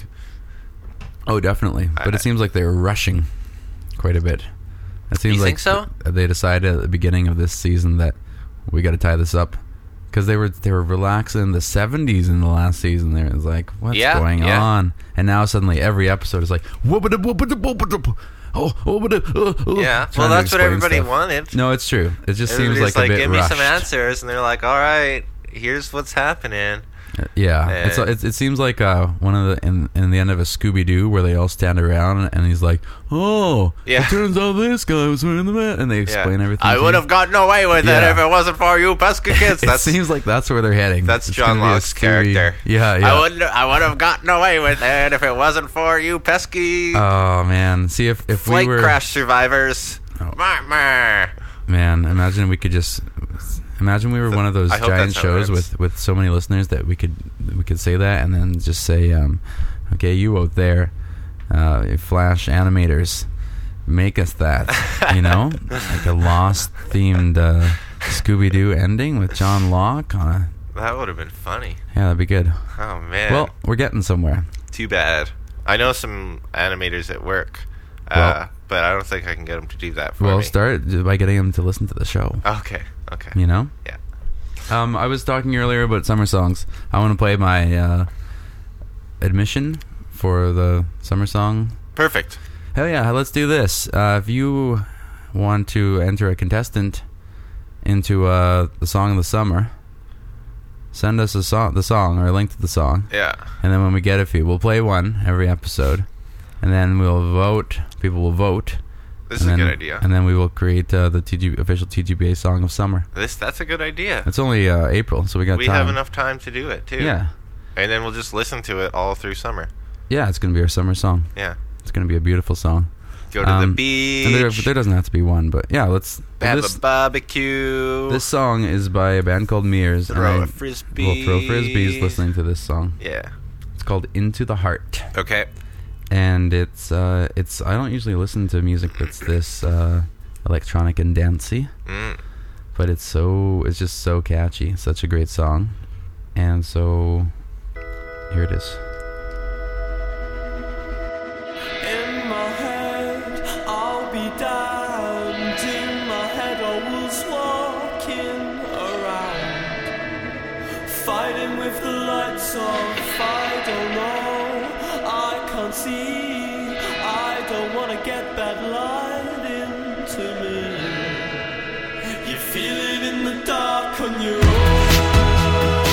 Speaker 4: Oh, definitely. But
Speaker 5: I-
Speaker 4: it seems like they're rushing quite a bit. It seems
Speaker 5: You
Speaker 4: like
Speaker 5: think so?
Speaker 4: th- They decided at the beginning of this season that we got to tie this up because they were they were relaxing in the seventies in the last season. There was like, what's
Speaker 5: Yeah,
Speaker 4: going
Speaker 5: yeah.
Speaker 4: on? And now suddenly every episode is like, whoopity whoopity whoopity. Oh, whoopity, uh, uh,"
Speaker 5: Yeah, well,
Speaker 4: trying to
Speaker 5: that's what
Speaker 4: explain
Speaker 5: everybody
Speaker 4: stuff.
Speaker 5: wanted.
Speaker 4: No, it's true. It just seems
Speaker 5: Everybody's
Speaker 4: like, a bit
Speaker 5: give
Speaker 4: rushed.
Speaker 5: me some answers, and they're like, all right, here's what's happening.
Speaker 4: Yeah,
Speaker 5: Yeah.
Speaker 4: it's, it, it seems like uh, one of the in, in the end of a Scooby Doo where they all stand around and he's like, "Oh,
Speaker 5: Yeah.
Speaker 4: it turns out this guy was wearing the mask," and they
Speaker 5: Yeah.
Speaker 4: explain everything.
Speaker 5: I
Speaker 4: to
Speaker 5: would
Speaker 4: you.
Speaker 5: have gotten away with
Speaker 4: Yeah.
Speaker 5: it if it wasn't for you, pesky kids.
Speaker 4: It
Speaker 5: That's
Speaker 4: seems like that's where they're heading.
Speaker 5: that's
Speaker 4: It's
Speaker 5: John
Speaker 4: gonna be a
Speaker 5: Locke's
Speaker 4: scary-
Speaker 5: character.
Speaker 4: Yeah, yeah.
Speaker 5: I wouldn't. I would have gotten away with it if it wasn't for you, pesky
Speaker 4: oh man, see if if
Speaker 5: flight
Speaker 4: we were
Speaker 5: crash survivors.
Speaker 4: Oh.
Speaker 5: Mar- mar.
Speaker 4: man, imagine we could just imagine we were one of those
Speaker 5: I hope
Speaker 4: giant
Speaker 5: that's how it
Speaker 4: shows
Speaker 5: ends.
Speaker 4: with with so many listeners that we could we could say that and then just say, um, "Okay, you out there, uh, Flash animators." make us that, you know, like a lost themed uh, Scooby Doo ending with John Locke. On a,
Speaker 5: That would have been funny.
Speaker 4: yeah, that'd be good.
Speaker 5: Oh man.
Speaker 4: Well, we're getting somewhere.
Speaker 5: too bad. I know some animators at work, uh,
Speaker 4: Well-
Speaker 5: but I don't think I can get them to do that for
Speaker 4: We'll
Speaker 5: me.
Speaker 4: start by getting them to listen to the show.
Speaker 5: Okay. Okay.
Speaker 4: You know.
Speaker 5: Yeah.
Speaker 4: Um, I was talking earlier about summer songs. I want to play my uh, admission for the summer song.
Speaker 5: Perfect.
Speaker 4: Hell yeah, let's do this. Uh, if you want to enter a contestant into uh, the song of the summer, send us a song, the song, or a link to the song,
Speaker 5: Yeah.
Speaker 4: and then when we get a few, we'll play one every episode, and then we'll vote. People will vote. and
Speaker 5: This is
Speaker 4: then,
Speaker 5: a good idea.
Speaker 4: And then we will create uh, the TG, official TGBA song of summer.
Speaker 5: This that's a good idea.
Speaker 4: It's only uh, April, so we got
Speaker 5: we
Speaker 4: time.
Speaker 5: have enough time to do it too.
Speaker 4: Yeah.
Speaker 5: And then we'll just listen to it all through summer.
Speaker 4: Yeah, it's gonna be our summer song.
Speaker 5: Yeah.
Speaker 4: It's gonna be a beautiful song.
Speaker 5: Go to the
Speaker 4: Um, And there,
Speaker 5: beach.
Speaker 4: there doesn't have to be one, but yeah, let's.
Speaker 5: have
Speaker 4: this,
Speaker 5: a barbecue.
Speaker 4: this song is by a band called Mears. and
Speaker 5: Throw
Speaker 4: I
Speaker 5: a
Speaker 4: will
Speaker 5: frisbee.
Speaker 4: throw frisbees listening to this song.
Speaker 5: yeah.
Speaker 4: It's called "Into the Heart,"
Speaker 5: Okay.
Speaker 4: and it's uh, it's. I don't usually listen to music that's this uh, electronic and dancey,
Speaker 5: Mm.
Speaker 4: but it's so it's just so catchy. Such a great song, and so here it is.
Speaker 2: In my head, I'll be damned. In my head, I was walking around, fighting with the lights off. I don't know, I can't see. I don't wanna get that light into me. You feel it in the dark on your own.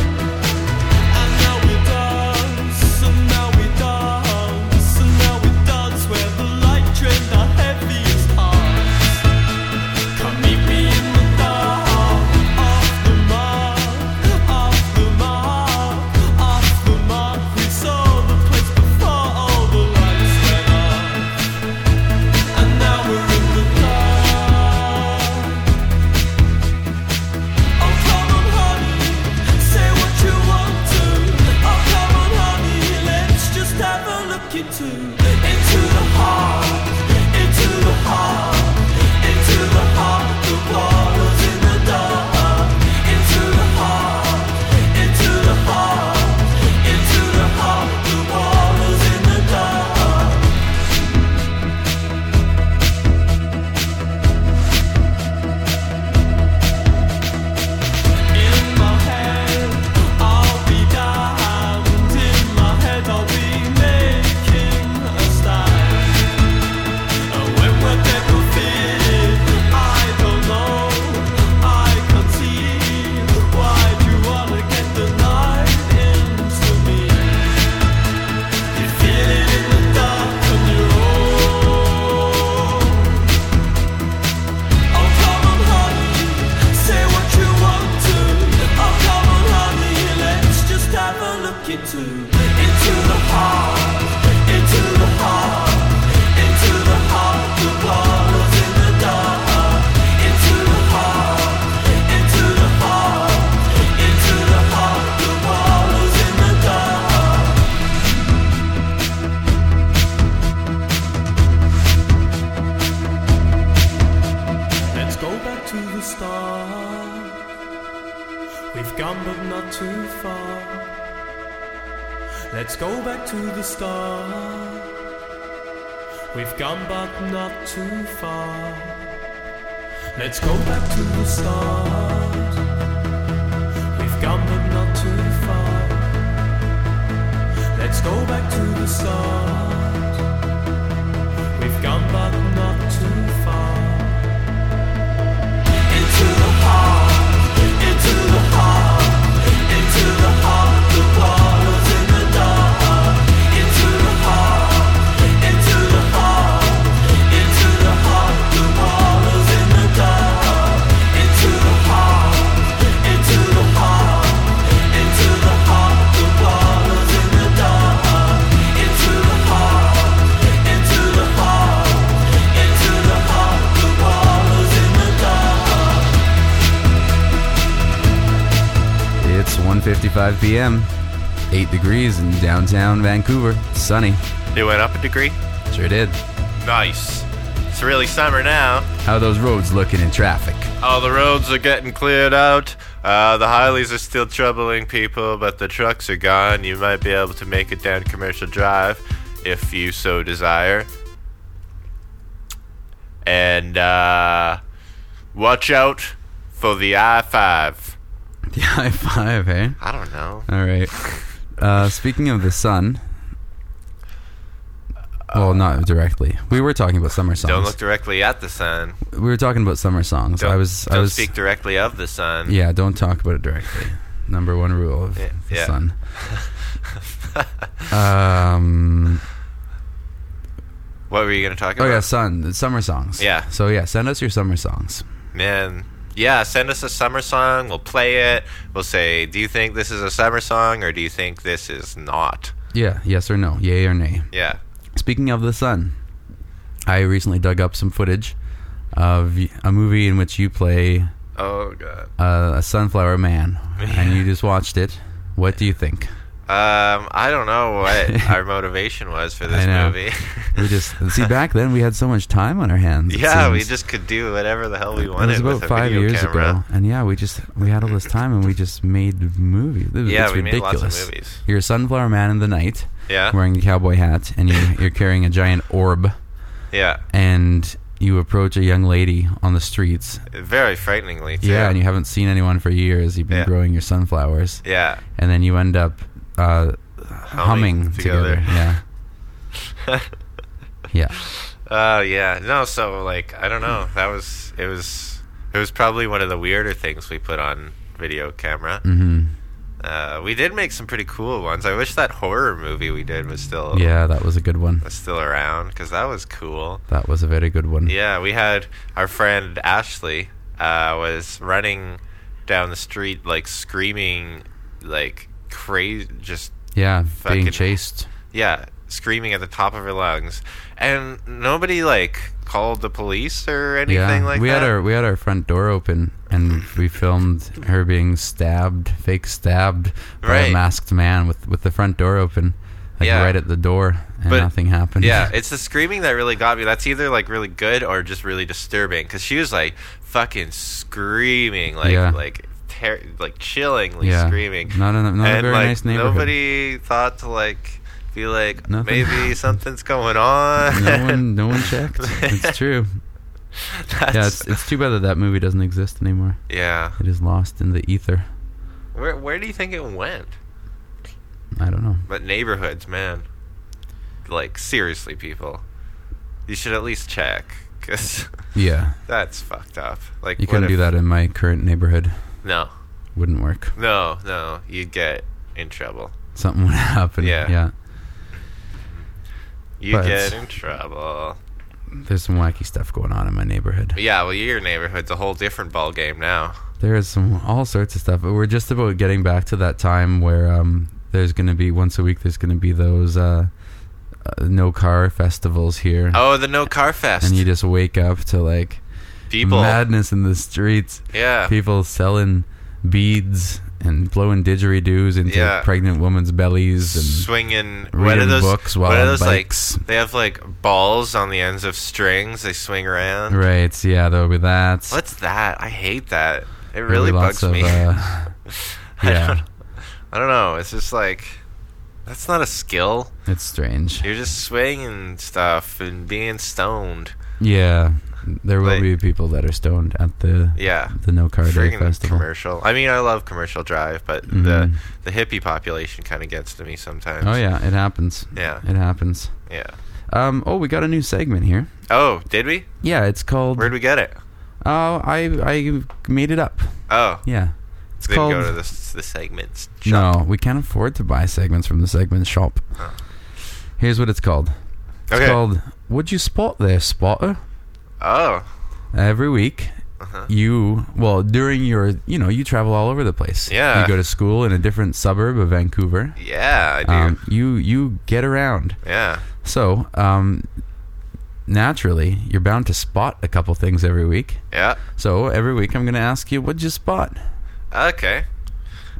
Speaker 2: And now we dance, and now we dance, and now we dance where the light drains our heaviest hearts. Come meet me in the dark, off the mark, off the mark, off the mark. We saw the place before all the lights went off, and now we're in the dark. Oh come on, honey, say what you want to. Oh come on, honey, let's just have a look into into the heart, into the heart, into the heart. The waters in the dark, into the heart, into the heart, into the heart. The waters in the dark. In my head, I'll be damned. In my head, I'll be making a stand. And when we're dead, we'll feel I don't know. I can't see. Why do you wanna get the light into me? You feel it in the dark on your own. Oh come on, honey, say what you want to. Oh come on, honey, let's just have a look into into the heart, into the heart, into the heart. The waters in the dark, into the heart, into the heart, into the heart. The waters in the dark. Let's go back to the start. We've gone but not too far. Let's go back to the start. We've gone but not too far. Let's go back to the start. We've gone but not too far. Let's go back to the start. We've gone but not too far. Into the heart, into the heart, into the heart, the waters in the dark. Into the heart, into the heart, into the heart, the waters in the dark. Into the heart, into the heart, into the heart, the waters in the dark. Into the heart, into the heart, into the heart, the waters in the dark.
Speaker 4: It's 1:55 p.m. eight degrees in downtown Vancouver. It's sunny.
Speaker 5: It went up a degree.
Speaker 4: Sure did.
Speaker 5: Nice. It's really summer now.
Speaker 4: How are those roads looking in traffic?
Speaker 5: All the roads are getting cleared out. Uh, the highways are still troubling people, but the trucks are gone. You might be able to make it down Commercial Drive if you so desire. And uh, watch out for the I 5.
Speaker 4: The I five, eh?
Speaker 5: I don't know.
Speaker 4: All right. Uh, speaking of the sun. Well, not directly. We were talking about summer songs.
Speaker 5: Don't look directly at the sun.
Speaker 4: we were talking about summer songs.
Speaker 5: Don't,
Speaker 4: I was.
Speaker 5: don't
Speaker 4: I was.
Speaker 5: speak directly of the sun.
Speaker 4: Yeah, don't talk about it directly. Number one rule of
Speaker 5: Yeah,
Speaker 4: the
Speaker 5: yeah.
Speaker 4: sun. um.
Speaker 5: What were you going to talk
Speaker 4: Oh
Speaker 5: about?
Speaker 4: yeah, sun. the Summer songs.
Speaker 5: Yeah.
Speaker 4: So yeah, send us your summer songs.
Speaker 5: Man, yeah, send us a summer song. We'll play it. We'll say, do you think this is a summer song or do you think this is not?
Speaker 4: Yeah. Yes or no. Yay or nay.
Speaker 5: Yeah.
Speaker 4: Speaking of the sun, I recently dug up some footage of y- a movie in which you play
Speaker 5: Oh, God.
Speaker 4: uh, a sunflower man, and you just watched it. What do you think?
Speaker 5: Um, I don't know what our motivation was for this
Speaker 4: I know.
Speaker 5: movie.
Speaker 4: We just see back then we had so much time on our hands. it
Speaker 5: yeah, we
Speaker 4: seems.
Speaker 5: just could do whatever the hell we
Speaker 4: It
Speaker 5: wanted.
Speaker 4: was about
Speaker 5: with a
Speaker 4: five
Speaker 5: video
Speaker 4: years
Speaker 5: camera.
Speaker 4: ago, and yeah, we just we had all this time, and we just made movies. It was,
Speaker 5: Yeah,
Speaker 4: it's
Speaker 5: we made lots
Speaker 4: ridiculous.
Speaker 5: of movies.
Speaker 4: You're a sunflower man in the night,
Speaker 5: Yeah.
Speaker 4: wearing a cowboy hat, and you, you're carrying a giant orb,
Speaker 5: Yeah.
Speaker 4: and you approach a young lady on the streets.
Speaker 5: Very frighteningly, too.
Speaker 4: Yeah, and you haven't seen anyone for years. You've been
Speaker 5: Yeah.
Speaker 4: growing your sunflowers,
Speaker 5: Yeah.
Speaker 4: and then you end up uh, humming together. Yeah. yeah.
Speaker 5: Oh yeah, no. So like, I don't know. That was it was it was probably one of the weirder things we put on video camera. Mm-hmm. Uh, we did make some pretty cool ones. I wish that horror movie we did was still
Speaker 4: Yeah, that was a good one.
Speaker 5: was still around because that was cool.
Speaker 4: That was a very good one.
Speaker 5: Yeah, we had our friend Ashley uh, was running down the street like screaming like crazy, just
Speaker 4: Yeah, being
Speaker 5: Fucking-
Speaker 4: chased.
Speaker 5: yeah, screaming at the top of her lungs, and nobody like called the police or anything like
Speaker 4: we
Speaker 5: that.
Speaker 4: had our we had our front door open and we filmed her being stabbed, fake stabbed by a
Speaker 5: Right.
Speaker 4: masked man with with the front door open, like
Speaker 5: Yeah.
Speaker 4: right at the door, and
Speaker 5: But-
Speaker 4: nothing happened.
Speaker 5: yeah, it's the screaming that really got me. That's either like really good or just really disturbing because she was like fucking screaming, like
Speaker 4: Yeah.
Speaker 5: like ter- like chillingly
Speaker 4: Yeah.
Speaker 5: screaming.
Speaker 4: Not in a- not a
Speaker 5: and,
Speaker 4: very
Speaker 5: like,
Speaker 4: nice neighborhood.
Speaker 5: Nobody thought to like be like
Speaker 4: Nothing.
Speaker 5: maybe something's going on.
Speaker 4: no one no one checked. It's true.
Speaker 5: That's-
Speaker 4: Yeah, it's, it's too bad that that movie doesn't exist anymore.
Speaker 5: yeah.
Speaker 4: It is lost in the ether.
Speaker 5: Where where do you think it went?
Speaker 4: I don't know.
Speaker 5: But neighborhoods, man. Like seriously, people, you should at least check because
Speaker 4: Yeah,
Speaker 5: that's fucked up. Like
Speaker 4: you
Speaker 5: what
Speaker 4: couldn't
Speaker 5: if-
Speaker 4: do that in my current neighborhood.
Speaker 5: No,
Speaker 4: Wouldn't work.
Speaker 5: no, no. You'd get in trouble.
Speaker 4: Something would happen.
Speaker 5: Yeah.
Speaker 4: yeah.
Speaker 5: You
Speaker 4: But-
Speaker 5: get in trouble.
Speaker 4: There's some wacky stuff going on in my neighborhood.
Speaker 5: Yeah, well, your neighborhood's a whole different ball game now.
Speaker 4: There is some all sorts of stuff, but we're just about getting back to that time where um, there's going to be once a week. There's going to be those uh, uh, no car festivals here,
Speaker 5: Oh, the no car fest.
Speaker 4: and you just wake up to like
Speaker 5: People,
Speaker 4: madness in the streets.
Speaker 5: yeah,
Speaker 4: People selling beads and blowing didgeridoos into
Speaker 5: Yeah.
Speaker 4: pregnant women's bellies and
Speaker 5: swinging. What
Speaker 4: reading
Speaker 5: are those?
Speaker 4: books while
Speaker 5: what are
Speaker 4: on
Speaker 5: those
Speaker 4: bikes.
Speaker 5: like? They have like balls on the ends of strings. They swing around.
Speaker 4: right. Yeah, there'll be that.
Speaker 5: What's that? I hate that. It
Speaker 4: There'll be
Speaker 5: really
Speaker 4: lots
Speaker 5: bugs me.
Speaker 4: uh,
Speaker 5: I
Speaker 4: yeah,
Speaker 5: don't- I don't know. It's just like that's not a skill.
Speaker 4: it's strange.
Speaker 5: You're just swinging stuff and being stoned.
Speaker 4: Yeah, there will
Speaker 5: Like-
Speaker 4: be people that are stoned at the
Speaker 5: Yeah.
Speaker 4: the No Car Day
Speaker 5: Friggin'
Speaker 4: festival.
Speaker 5: commercial. I mean, I love commercial drive, but the
Speaker 4: Mhm.
Speaker 5: the hippie population kind of gets to me sometimes.
Speaker 4: Oh yeah, it happens.
Speaker 5: Yeah.
Speaker 4: it happens.
Speaker 5: yeah.
Speaker 4: Um, oh, we got a new segment here.
Speaker 5: Oh, did we?
Speaker 4: Yeah, it's called.
Speaker 5: Where'd we get it?
Speaker 4: Oh, I I made it up.
Speaker 5: Oh,
Speaker 4: Yeah, it's
Speaker 5: didn't
Speaker 4: called.
Speaker 5: go to the the segments.
Speaker 4: No, we can't afford to buy segments from the segment shop. Here's what it's called. It's
Speaker 5: Okay.
Speaker 4: called "Would You Spot There, Spotter?"
Speaker 5: Oh,
Speaker 4: Every week,
Speaker 5: Uh-huh.
Speaker 4: you well during your you know you travel all over the place.
Speaker 5: Yeah.
Speaker 4: you go to school in a different suburb of Vancouver.
Speaker 5: yeah, I do.
Speaker 4: Um, you you get around.
Speaker 5: yeah,
Speaker 4: So, um, naturally, you're bound to spot a couple things every week.
Speaker 5: yeah.
Speaker 4: So every week, I'm going to ask you, what'd you spot?
Speaker 5: Okay.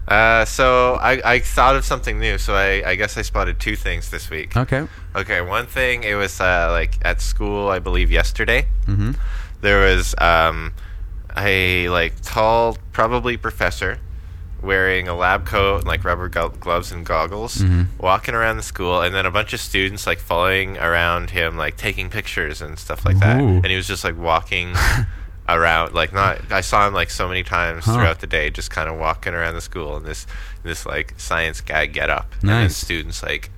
Speaker 5: Uh, so I, I thought of something new. So I, I guess I spotted two things this week.
Speaker 4: Okay.
Speaker 5: Okay, one thing it was uh, like at school, I believe yesterday. Mm-hmm. There was um, a like tall, probably professor, wearing a lab coat and like rubber glo- gloves and goggles, walking around the school, and then a bunch of students like following around him, like taking pictures and stuff like that.
Speaker 4: Ooh.
Speaker 5: And he was just like walking. around like not i saw him like so many times
Speaker 4: Huh.
Speaker 5: throughout the day just kind of walking around the school in this this like science guy get up and then
Speaker 4: Nice.
Speaker 5: students like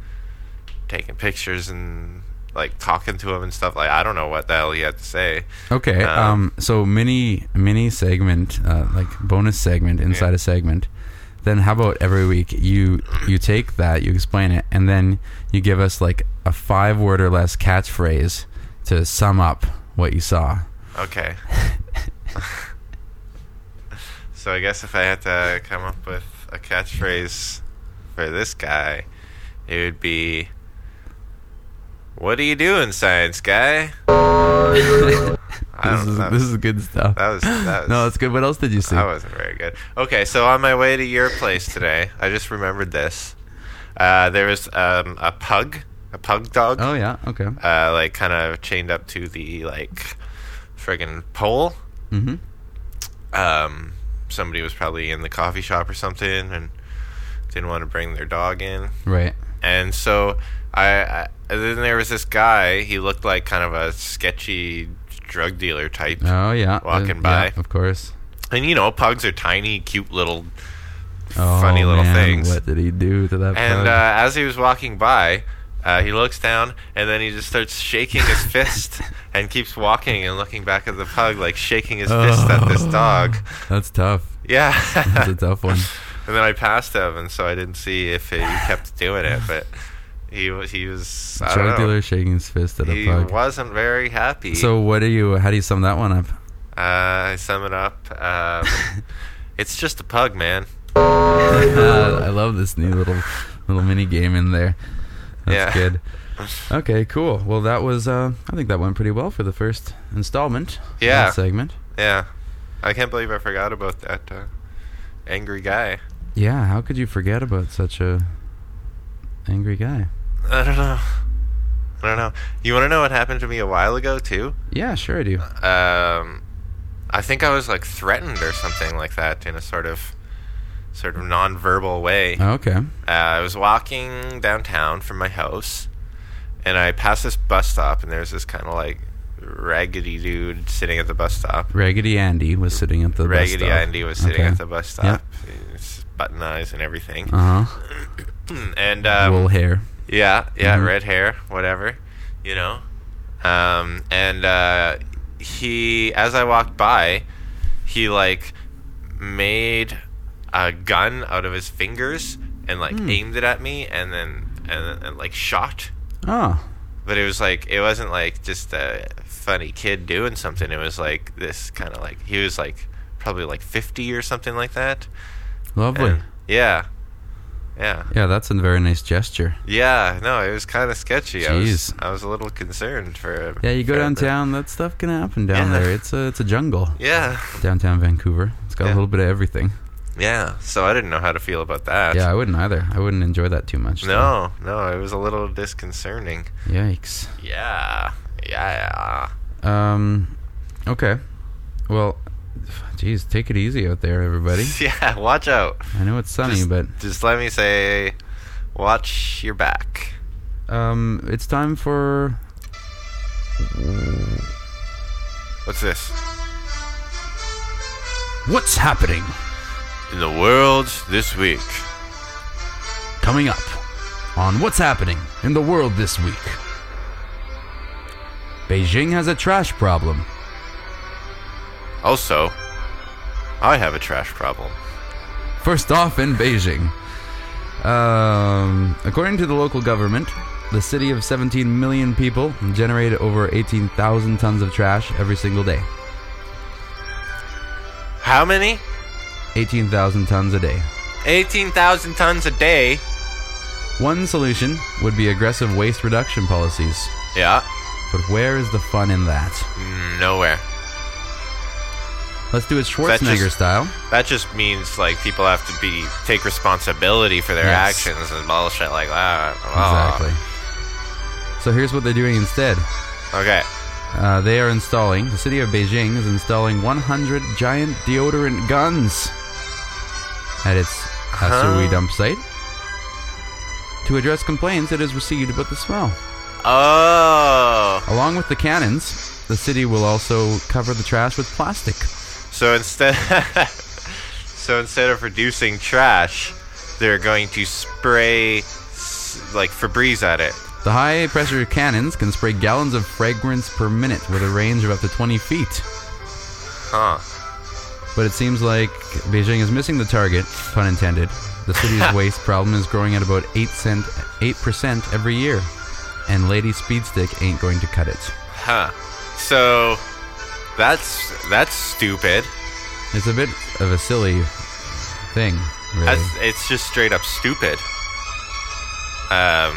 Speaker 5: taking pictures and like talking to him and stuff. Like I don't know what the hell he had to say.
Speaker 4: Okay.
Speaker 5: Um,
Speaker 4: Um, so mini mini segment, uh, like bonus segment inside
Speaker 5: Yeah.
Speaker 4: a segment. Then how about every week you you take that you explain it and then you give us like a five word or less catchphrase to sum up what you saw.
Speaker 5: Okay. so I guess if I had to come up with a catchphrase for this guy, it would be, "What are you doing, science guy?" I
Speaker 4: This
Speaker 5: don't
Speaker 4: is
Speaker 5: know.
Speaker 4: this is good stuff.
Speaker 5: That was that was
Speaker 4: no, that's good. What else did you see?
Speaker 5: That wasn't very good. Okay, so on my way to your place today, I just remembered this. Uh, there was um, a pug, a pug dog,
Speaker 4: oh yeah. Okay.
Speaker 5: uh, like kind of chained up to the like friggin' pole.
Speaker 4: Mm-hmm.
Speaker 5: Um, somebody was probably in the coffee shop or something and didn't want to bring their dog in.
Speaker 4: Right.
Speaker 5: And so I, I and then there was this guy. He looked like kind of a sketchy drug dealer type.
Speaker 4: Oh yeah. Uh,
Speaker 5: Walking
Speaker 4: yeah,
Speaker 5: by.
Speaker 4: of course.
Speaker 5: And you know, pugs are tiny, cute little
Speaker 4: Oh,
Speaker 5: Funny little
Speaker 4: man,
Speaker 5: things.
Speaker 4: What did he do to that? pug?
Speaker 5: And uh, as he was walking by, uh, he looks down and then he just starts shaking his fist and keeps walking and looking back at the pug, like shaking his fist at this
Speaker 4: Oh.
Speaker 5: dog.
Speaker 4: that's tough.
Speaker 5: Yeah.
Speaker 4: That's a tough one.
Speaker 5: and then I passed him, and so I didn't see if he kept doing it, but he was, he was, I
Speaker 4: Drug
Speaker 5: don't know.
Speaker 4: dealer shaking his fist at a
Speaker 5: He
Speaker 4: pug.
Speaker 5: wasn't very happy.
Speaker 4: So what do you? How do you sum that one up?
Speaker 5: uh, I sum it up. Um, it's just a pug, man.
Speaker 4: Uh, I love this new little little mini game in there. That's
Speaker 5: Yeah.
Speaker 4: good. Okay, cool. Well, that was. Uh, I think that went pretty well for the first installment.
Speaker 5: Yeah.
Speaker 4: that segment.
Speaker 5: Yeah. I can't believe I forgot about that uh, angry guy.
Speaker 4: Yeah. How could you forget about such a angry guy?
Speaker 5: I don't know. I don't know. You want to know what happened to me a while ago too?
Speaker 4: Yeah, sure I do.
Speaker 5: Um, I think I was like threatened or something like that in a sort of, sort of nonverbal way.
Speaker 4: Okay.
Speaker 5: Uh, I was walking downtown from my house, and I passed this bus stop, and there's this kind of like raggedy dude sitting at the bus stop.
Speaker 4: Raggedy Andy was sitting at the bus
Speaker 5: raggedy
Speaker 4: stop.
Speaker 5: Andy was sitting
Speaker 4: Okay.
Speaker 5: at the bus stop, His button eyes and everything,
Speaker 4: Uh huh.
Speaker 5: and um,
Speaker 4: Wool hair.
Speaker 5: Yeah, yeah,
Speaker 4: Mhm.
Speaker 5: red hair, whatever, you know. Um, and uh, he, as I walked by, he like made a gun out of his fingers and like aimed it at me, and then and, and like shot.
Speaker 4: Oh.
Speaker 5: But it was like it wasn't like just a funny kid doing something. It was like this kind of like he was like probably like fifty or something like that.
Speaker 4: Lovely.
Speaker 5: And- yeah, yeah.
Speaker 4: Yeah, that's a very nice gesture.
Speaker 5: Yeah, no, it was kind of sketchy. I was,
Speaker 4: Jeez.
Speaker 5: I was a little concerned for.
Speaker 4: Yeah, you go
Speaker 5: for-
Speaker 4: downtown, that stuff can happen down
Speaker 5: Yeah.
Speaker 4: there. It's a it's a jungle.
Speaker 5: Yeah,
Speaker 4: Downtown Vancouver. It's got a
Speaker 5: Yeah.
Speaker 4: little bit of everything.
Speaker 5: yeah. So I didn't know how to feel about that.
Speaker 4: Yeah, I wouldn't either. I wouldn't enjoy that too much. though.
Speaker 5: No, no, it was a little disconcerting.
Speaker 4: Yikes.
Speaker 5: Yeah, yeah.
Speaker 4: Um okay. Well, geez, take it easy out there, everybody.
Speaker 5: Yeah, watch out.
Speaker 4: I know it's sunny,
Speaker 5: Just-
Speaker 4: but
Speaker 5: Just let me say, watch your back.
Speaker 4: um it's time for
Speaker 5: What's this?
Speaker 4: What's happening
Speaker 5: In the world this week.
Speaker 4: coming up on What's Happening in the World this week. Beijing has a trash problem.
Speaker 5: Also, I have a trash problem.
Speaker 4: First off, in Beijing. Um, according to the local government, the city of 17 million people generate over 18,000 tons of trash every single day.
Speaker 5: How many?
Speaker 4: 18,000 tons a day.
Speaker 5: Eighteen thousand tons a day.
Speaker 4: One solution would be aggressive waste reduction policies.
Speaker 5: Yeah.
Speaker 4: But where is the fun in that?
Speaker 5: Nowhere.
Speaker 4: Let's do it
Speaker 5: that
Speaker 4: Schwarzenegger
Speaker 5: just-
Speaker 4: style.
Speaker 5: That just means like people have to be take responsibility for their
Speaker 4: Yes.
Speaker 5: actions and bullshit like that. Ah.
Speaker 4: Exactly. So here's what they're doing instead.
Speaker 5: Exactly. Okay.
Speaker 4: Uh, they are installing, the city of Beijing is installing 100 giant deodorant guns at its Hasui
Speaker 5: Huh?
Speaker 4: dump site to address complaints it has received about the smell.
Speaker 5: Oh.
Speaker 4: Along with the cannons, the city will also cover the trash with plastic.
Speaker 5: So instead, so instead of reducing trash, they're going to spray s- like Febreze at it.
Speaker 4: The high pressure cannons can spray gallons of fragrance per minute with a range of up to 20 feet.
Speaker 5: Huh.
Speaker 4: But it seems like Beijing is missing the target, pun intended. The city's waste problem is growing at about 8 cent 8% every year. And Lady Speedstick ain't going to cut it.
Speaker 5: Huh. So that's that's stupid.
Speaker 4: It's a bit of a silly thing, really.
Speaker 5: That's, it's just straight up stupid. Um,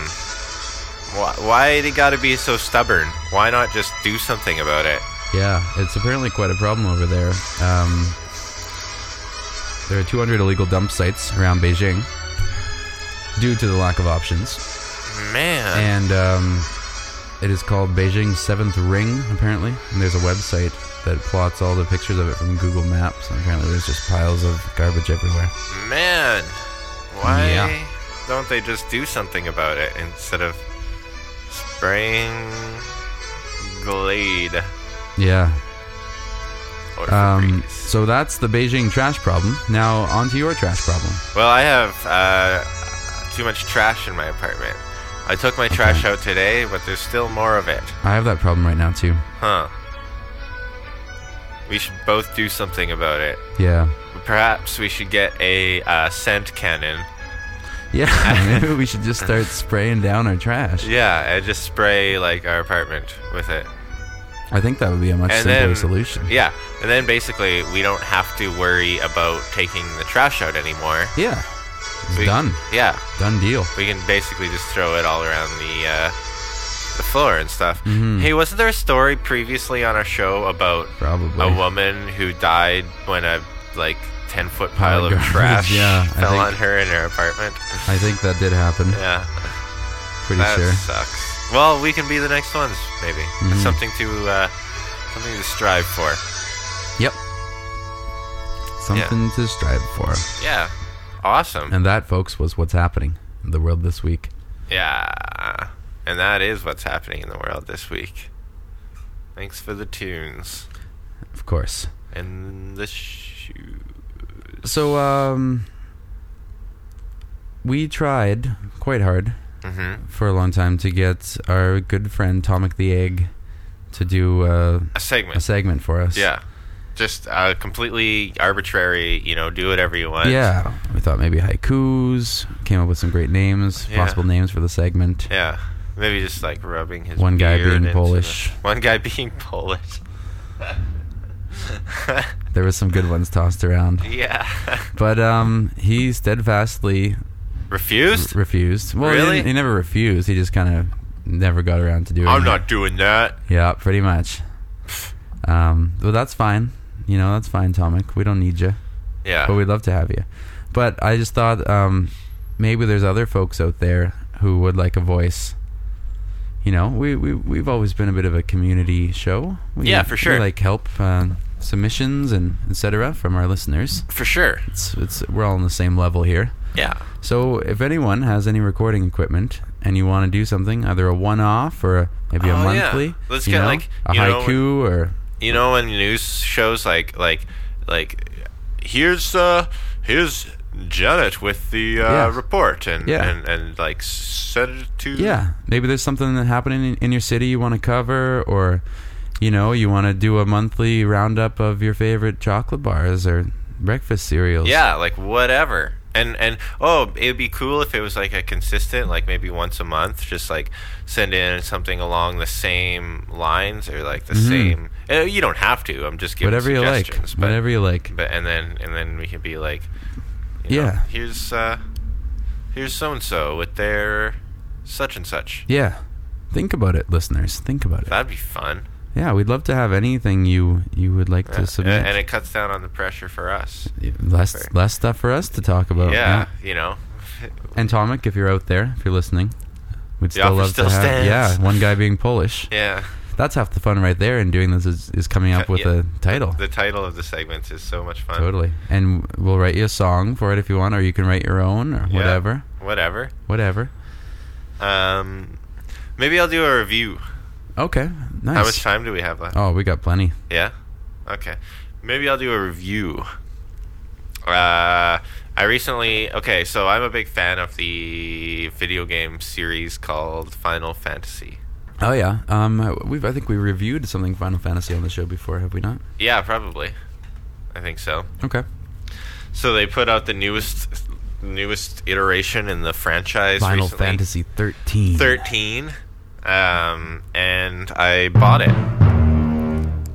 Speaker 5: why, why they gotta be so stubborn? Why not just do something about it?
Speaker 4: Yeah, it's apparently quite a problem over there. Um, there are 200 illegal dump sites around Beijing due to the lack of options.
Speaker 5: Man,
Speaker 4: And um, it is called Beijing's Seventh Ring, apparently. And there's a website that plots all the pictures of it from Google Maps. And apparently there's just piles of garbage everywhere.
Speaker 5: man, why
Speaker 4: Yeah.
Speaker 5: don't they just do something about it instead of spraying Glade
Speaker 4: Yeah.
Speaker 5: or
Speaker 4: Um,
Speaker 5: Febreze?
Speaker 4: so that's the Beijing trash problem. Now, on to your trash problem.
Speaker 5: Well, I have uh, too much trash in my apartment. I took my trash out today, but there's still more of it.
Speaker 4: I have that problem right now, too.
Speaker 5: Huh. We should both do something about it.
Speaker 4: Yeah.
Speaker 5: Perhaps we should get a uh, scent cannon.
Speaker 4: Yeah, maybe we should just start spraying down our trash.
Speaker 5: Yeah, and just spray like our apartment with it.
Speaker 4: I think that would be a much
Speaker 5: And
Speaker 4: simpler
Speaker 5: then
Speaker 4: solution.
Speaker 5: Yeah, and then basically we don't have to worry about taking the trash out anymore.
Speaker 4: Yeah. It's
Speaker 5: We-
Speaker 4: done.
Speaker 5: Yeah,
Speaker 4: Done deal.
Speaker 5: we can basically just throw it all around the uh, the floor and stuff.
Speaker 4: Mm-hmm.
Speaker 5: Hey, wasn't there a story previously on our show about
Speaker 4: Probably.
Speaker 5: a woman who died when a like ten foot pile of
Speaker 4: garbage,
Speaker 5: trash
Speaker 4: Oh yeah, I
Speaker 5: fell
Speaker 4: think-
Speaker 5: on her in her apartment.
Speaker 4: I think that did happen.
Speaker 5: Yeah,
Speaker 4: Pretty
Speaker 5: that
Speaker 4: sure. Mm-hmm.
Speaker 5: sucks. Well, we can be the next ones, maybe. It's something to uh, something to strive for.
Speaker 4: Yep. Something to strive for.
Speaker 5: Yeah, awesome.
Speaker 4: And that, folks, was what's happening in the world this week.
Speaker 5: Yeah, and that is what's happening in the world this week. Thanks for the tunes
Speaker 4: Of course.
Speaker 5: and the shoes.
Speaker 4: So, um, we tried quite hard
Speaker 5: Mm-hmm.
Speaker 4: for a long time to get our good friend Tomic the Egg to do uh,
Speaker 5: A segment.
Speaker 4: a segment for us.
Speaker 5: yeah. Just uh, completely arbitrary, you know, do whatever you want.
Speaker 4: Yeah. We thought maybe haikus, came up with some great names,
Speaker 5: Yeah.
Speaker 4: possible names for the segment.
Speaker 5: Yeah. Maybe just like rubbing his
Speaker 4: One guy
Speaker 5: beard
Speaker 4: being
Speaker 5: into the-
Speaker 4: Polish.
Speaker 5: one guy being Polish.
Speaker 4: There was some good ones tossed around.
Speaker 5: Yeah.
Speaker 4: But um, he steadfastly
Speaker 5: Refused?
Speaker 4: refused. Well, he
Speaker 5: Really?
Speaker 4: didn't- He, never refused. He just kind of never got around to doing.
Speaker 5: I'm
Speaker 4: it.
Speaker 5: not doing that.
Speaker 4: Yeah, pretty much. Um, well, that's fine. You know, that's fine, Tomic. We don't need you,
Speaker 5: Yeah.
Speaker 4: but we'd love to have you. But I just thought um, maybe there's other folks out there who would like a voice. You know, we, we we've always been a bit of a community show. We,
Speaker 5: Yeah, for sure.
Speaker 4: We like help uh, submissions and etc. from our listeners.
Speaker 5: For sure.
Speaker 4: It's it's we're all on the same level here.
Speaker 5: Yeah.
Speaker 4: So, if anyone has any recording equipment and you want to do something, either a one-off or a, maybe a
Speaker 5: Oh, yeah.
Speaker 4: monthly,
Speaker 5: Let's
Speaker 4: you
Speaker 5: get,
Speaker 4: know,
Speaker 5: like,
Speaker 4: a
Speaker 5: you know,
Speaker 4: haiku or
Speaker 5: You know when news shows like like like here's uh here's Janet with the uh,
Speaker 4: Yeah.
Speaker 5: report and,
Speaker 4: Yeah.
Speaker 5: and and like send it to
Speaker 4: yeah, maybe there's something that happening in, in your city you want to cover, or you know, you want to do a monthly roundup of your favorite chocolate bars or breakfast cereals.
Speaker 5: Yeah, like whatever. And and oh, it would be cool if it was like a consistent, like maybe once a month, just like send in something along the same lines or like the same. Uh, you don't have to. I'm just giving
Speaker 4: Mm-hmm. whatever you like, Mm-hmm.
Speaker 5: suggestions. but,
Speaker 4: whatever you like.
Speaker 5: But and then and then we can be like, you know,
Speaker 4: Yeah.
Speaker 5: here's uh, here's so and so with their such and such.
Speaker 4: Yeah, think about it, listeners. Think about it.
Speaker 5: That'd be fun.
Speaker 4: Yeah, we'd love to have anything you you would like to
Speaker 5: and,
Speaker 4: submit.
Speaker 5: and it cuts down on the pressure for us.
Speaker 4: less less stuff for us to talk about.
Speaker 5: yeah, you know.
Speaker 4: And Tomek, if you're out there, if you're listening, we'd
Speaker 5: The
Speaker 4: still
Speaker 5: offer
Speaker 4: love
Speaker 5: still
Speaker 4: to have.
Speaker 5: stands.
Speaker 4: Yeah, one guy being Polish.
Speaker 5: Yeah.
Speaker 4: That's half the fun right there. in doing this is, is coming up
Speaker 5: Yeah.
Speaker 4: with a title.
Speaker 5: The title of the segment is so much fun.
Speaker 4: Totally. And we'll write you a song for it if you want, or you can write your own, or
Speaker 5: Yeah,
Speaker 4: whatever.
Speaker 5: Whatever.
Speaker 4: Whatever.
Speaker 5: Um, maybe I'll do a review.
Speaker 4: Okay. Nice.
Speaker 5: How much time do we have left?
Speaker 4: Oh, we got plenty.
Speaker 5: Yeah. Okay. Maybe I'll do a review. Uh, I recently okay, so I'm a big fan of the video game series called Final Fantasy.
Speaker 4: Oh yeah. Um, we've I think we reviewed something Final Fantasy on the show before, have we not?
Speaker 5: Yeah, probably. I think so.
Speaker 4: Okay.
Speaker 5: So they put out the newest newest iteration in the franchise
Speaker 4: Final
Speaker 5: recently.
Speaker 4: Fantasy 13.
Speaker 5: 13 um, and I bought it.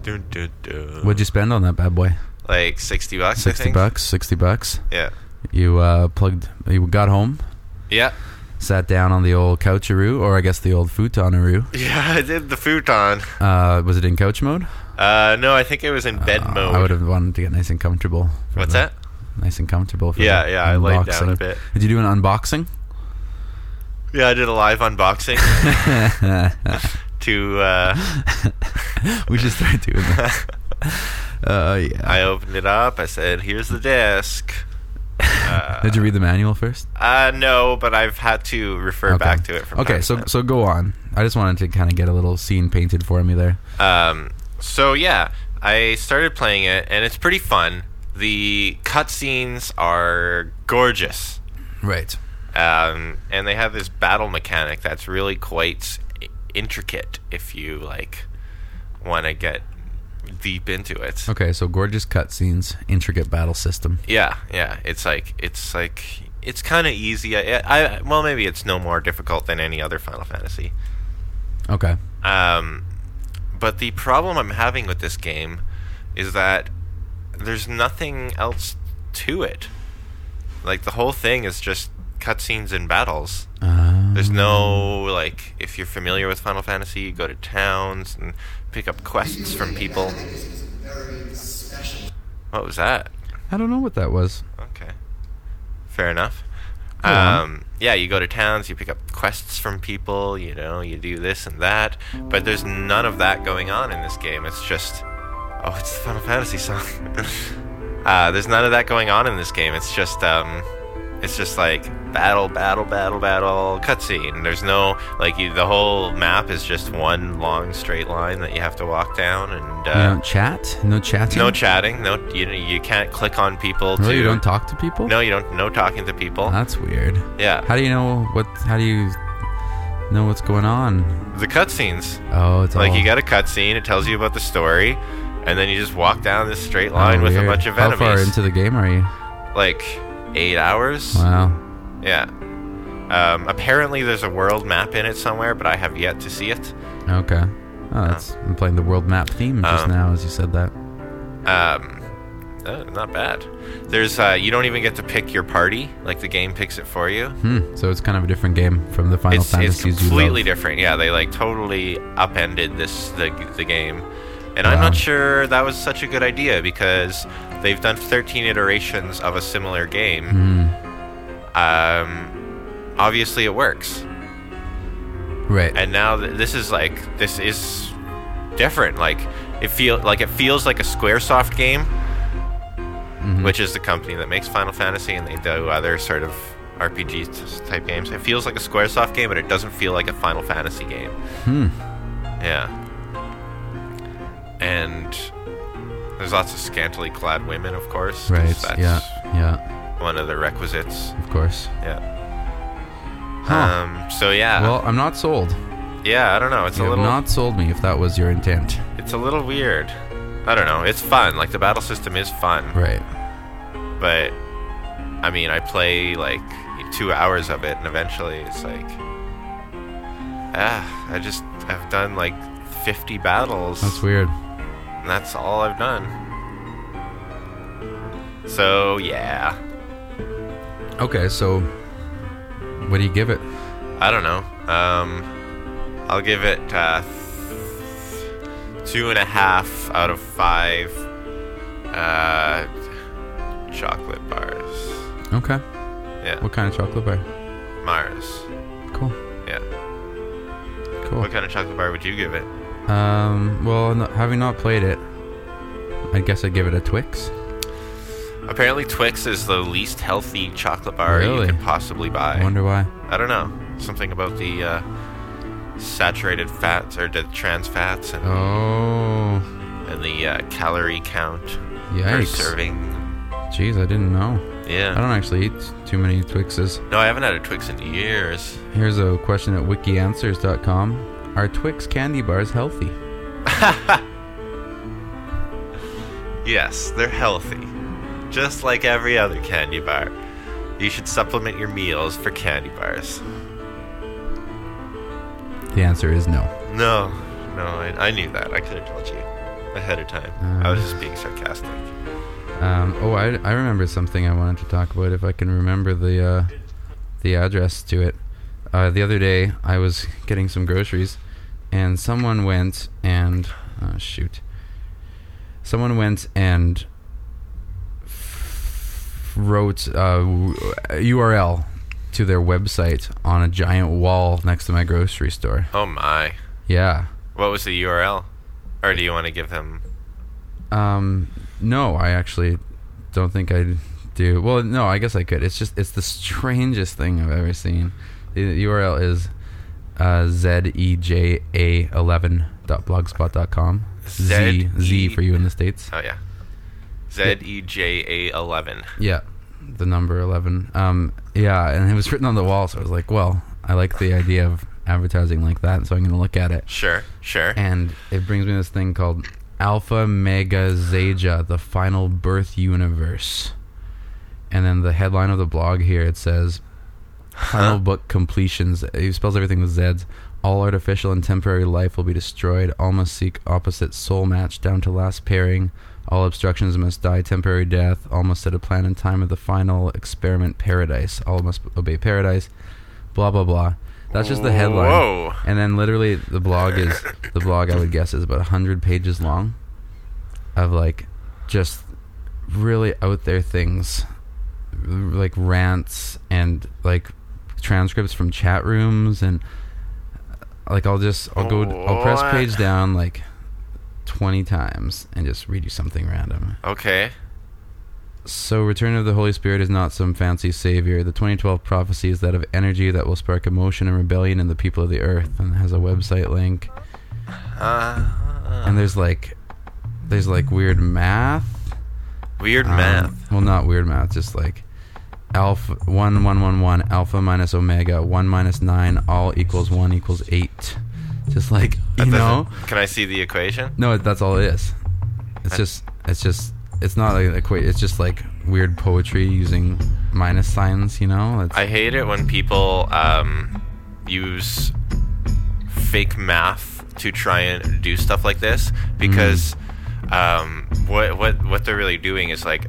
Speaker 5: Dun, dun, dun.
Speaker 4: What'd you spend on that bad boy?
Speaker 5: like 60 bucks, I
Speaker 4: 60
Speaker 5: think.
Speaker 4: bucks, 60 bucks.
Speaker 5: Yeah.
Speaker 4: You uh, plugged you got home,
Speaker 5: Yeah.
Speaker 4: sat down on the old coucharoo or I guess the old futonaroo.
Speaker 5: Yeah, I did the futon.
Speaker 4: Uh, was it in couch mode?
Speaker 5: Uh, no, I think it was in bed
Speaker 4: Uh,
Speaker 5: mode.
Speaker 4: I would have wanted to get nice and comfortable. for
Speaker 5: What's
Speaker 4: the-
Speaker 5: that?
Speaker 4: Nice and comfortable. For
Speaker 5: Yeah,
Speaker 4: the
Speaker 5: yeah, I laid down
Speaker 4: unboxing.
Speaker 5: a bit.
Speaker 4: Did you do an unboxing?
Speaker 5: Yeah, I did a live unboxing to. Uh,
Speaker 4: we should start doing that. uh, yeah.
Speaker 5: I opened it up. I said, "Here's the disc."
Speaker 4: Did you read the manual first?
Speaker 5: Uh, no, but I've had to refer
Speaker 4: Okay.
Speaker 5: back to it. From
Speaker 4: okay,
Speaker 5: time to
Speaker 4: so
Speaker 5: time.
Speaker 4: so go on. I just wanted to kind of get a little scene painted for me there.
Speaker 5: Um, so yeah, I started playing it, and it's pretty fun. The cutscenes are gorgeous,
Speaker 4: Right.
Speaker 5: um, and they have this battle mechanic that's really quite i- intricate. If you like, want to get deep into it.
Speaker 4: Okay, so gorgeous cutscenes, intricate battle system.
Speaker 5: Yeah, yeah. It's like it's like it's kind of easy. I, I well, maybe it's no more difficult than any other Final Fantasy.
Speaker 4: Okay.
Speaker 5: Um, but the problem I'm having with this game is that there's nothing else to it. Like the whole thing is just cutscenes and battles.
Speaker 4: Uh,
Speaker 5: There's no like if you're familiar with Final Fantasy, you go to towns and pick up quests from people. What was that?
Speaker 4: I don't know what that was.
Speaker 5: Okay. Fair enough.
Speaker 4: Go on.
Speaker 5: Um, yeah, you go to towns, you pick up quests from people, you know, you do this and that, but there's none of that going on in this game. It's just, oh, it's the Final Fantasy song. uh, there's none of that going on in this game. It's just, um, it's just like battle, battle, battle, battle, cutscene. There's no like you, the whole map is just one long straight line that you have to walk down, and
Speaker 4: you
Speaker 5: uh,
Speaker 4: don't chat? No chatting?
Speaker 5: no chatting. No, you you can't click on people.
Speaker 4: Really?
Speaker 5: to,
Speaker 4: You don't talk to people?
Speaker 5: no, you don't. No talking to people.
Speaker 4: That's weird. How
Speaker 5: Yeah.
Speaker 4: do you know what? How do you know what's going on?
Speaker 5: The cutscenes.
Speaker 4: Oh, it's
Speaker 5: Like
Speaker 4: all-
Speaker 5: you got a cutscene. It tells you about the story, and then you just walk down this straight
Speaker 4: oh,
Speaker 5: line with a
Speaker 4: weird.
Speaker 5: bunch of
Speaker 4: How
Speaker 5: enemies.
Speaker 4: far into the game are you?
Speaker 5: like eight hours.
Speaker 4: Wow.
Speaker 5: Yeah. Um, apparently, there's a world map in it somewhere, but I have yet to see it.
Speaker 4: Okay. Oh, that's I'm playing the world map theme just
Speaker 5: Um,
Speaker 4: now as you said that.
Speaker 5: Um, uh, not bad. There's uh, you don't even get to pick your party. Like the game picks it for you.
Speaker 4: Hmm. So it's kind of a different game from the Final
Speaker 5: it's, it's
Speaker 4: Fantasies you
Speaker 5: completely
Speaker 4: love.
Speaker 5: different. Yeah, they like totally upended this the, the game, and I'm
Speaker 4: Wow.
Speaker 5: not sure that was such a good idea because they've done 13 iterations of a similar game.
Speaker 4: Hmm.
Speaker 5: Um, obviously it works,
Speaker 4: Right.
Speaker 5: and now th- this is like this is different. Like it feel like it feels like a SquareSoft game,
Speaker 4: Mm-hmm.
Speaker 5: which is the company that makes Final Fantasy, and they do other sort of. RPG type games. It feels like a SquareSoft game, but it doesn't feel like a Final Fantasy game.
Speaker 4: hmm.
Speaker 5: Yeah. And there's lots of scantily clad women, of course. 'cause
Speaker 4: Right.
Speaker 5: That's
Speaker 4: Yeah. Yeah.
Speaker 5: one of the requisites.
Speaker 4: Of course.
Speaker 5: Yeah.
Speaker 4: Huh.
Speaker 5: Um, so yeah.
Speaker 4: well, I'm not sold.
Speaker 5: yeah, I don't know. It's
Speaker 4: You
Speaker 5: a
Speaker 4: have
Speaker 5: little
Speaker 4: not sold me if that was your intent.
Speaker 5: it's a little weird. I don't know. It's fun. Like the battle system is fun.
Speaker 4: Right.
Speaker 5: But I mean, I play like 2 hours of it and eventually it's like ah, I just I've done like 50 battles.
Speaker 4: That's weird.
Speaker 5: And that's all I've done. So yeah,
Speaker 4: Okay. So, what do you give it?
Speaker 5: I don't know. Um, I'll give it uh, th- two and a half out of five uh, chocolate bars.
Speaker 4: Okay.
Speaker 5: Yeah,
Speaker 4: What kind of chocolate bar?
Speaker 5: Mars.
Speaker 4: Cool.
Speaker 5: Yeah.
Speaker 4: Oh. Cool.
Speaker 5: What kind of chocolate bar would you give it?
Speaker 4: Um. Well, no, having not played it, I guess I'd give it a Twix.
Speaker 5: Apparently, Twix is the least healthy chocolate bar
Speaker 4: Really?
Speaker 5: you could possibly buy.
Speaker 4: I wonder why.
Speaker 5: I don't know. Something about the uh, saturated fats or the trans fats and,
Speaker 4: Oh.
Speaker 5: and the uh, calorie count per
Speaker 4: Yikes.
Speaker 5: serving.
Speaker 4: Jeez, I didn't know. I
Speaker 5: Yeah.
Speaker 4: don't actually eat too many Twixes.
Speaker 5: No, I haven't had a Twix in years.
Speaker 4: Here's a question at wikianswers.com. Are Twix candy bars healthy?
Speaker 5: Yes, they're healthy. Just like every other candy bar. You should supplement your meals for candy bars.
Speaker 4: The answer is no.
Speaker 5: No, no, I, I knew that. I could have told you ahead of time. I was just being sarcastic.
Speaker 4: Um, oh, I, I remember something I wanted to talk about if I can remember the uh, the address to it. Uh, the other day, I was getting some groceries, and someone went and oh, shoot, someone went and f- wrote a uh, w- a URL to their website on a giant wall next to my grocery store.
Speaker 5: Oh my.
Speaker 4: Yeah.
Speaker 5: What was the URL? Or do you want to give them?
Speaker 4: Um, no, I actually don't think I do. Well, no, I guess I could. It's just it's the strangest thing I've ever seen. The URL is uh, zeja11.blogspot.com. Z Z
Speaker 5: Z-E-
Speaker 4: for you in the states.
Speaker 5: Oh, yeah. Z E J A 11.
Speaker 4: Yeah, the number eleven. Um, yeah, and it was written on the wall, so I was like, well, I like the idea of advertising like that, so I'm gonna look at it.
Speaker 5: Sure, sure.
Speaker 4: and it brings me this thing called Alpha Mega Zeja, the final birth universe. And then the headline of the blog here it says final book completions. He spells everything with Z's. All artificial and temporary life will be destroyed. All must seek opposite soul match down to last pairing. All obstructions must die temporary death. All must set a plan and time of the final experiment paradise. All must obey paradise. Blah blah blah. That's just the headline.
Speaker 5: Whoa.
Speaker 4: And then literally the blog is the blog I would guess is about hundred pages long of like just really out there things like rants and like transcripts from chat rooms and like I'll just I'll go I'll press
Speaker 5: What?
Speaker 4: page down like 20 times and just read you something random.
Speaker 5: Okay.
Speaker 4: So, Return of the Holy Spirit is not some fancy savior. The 2012 prophecy is that of energy that will spark emotion and rebellion in the people of the earth, and it has a website link. and there's like, there's like weird math.
Speaker 5: Weird
Speaker 4: Um,
Speaker 5: math.
Speaker 4: well, not weird math, just like alpha one one one one alpha minus omega one minus nine all equals one equals eight. Just like you
Speaker 5: That
Speaker 4: know.
Speaker 5: doesn't- Can I see the equation?
Speaker 4: No, that's all it is. It's just, it's just, it's not like a equa- It's just like weird poetry using minus signs. You know, it's,
Speaker 5: I hate it when people um, use fake math to try and do stuff like this because um, what what what they're really doing is like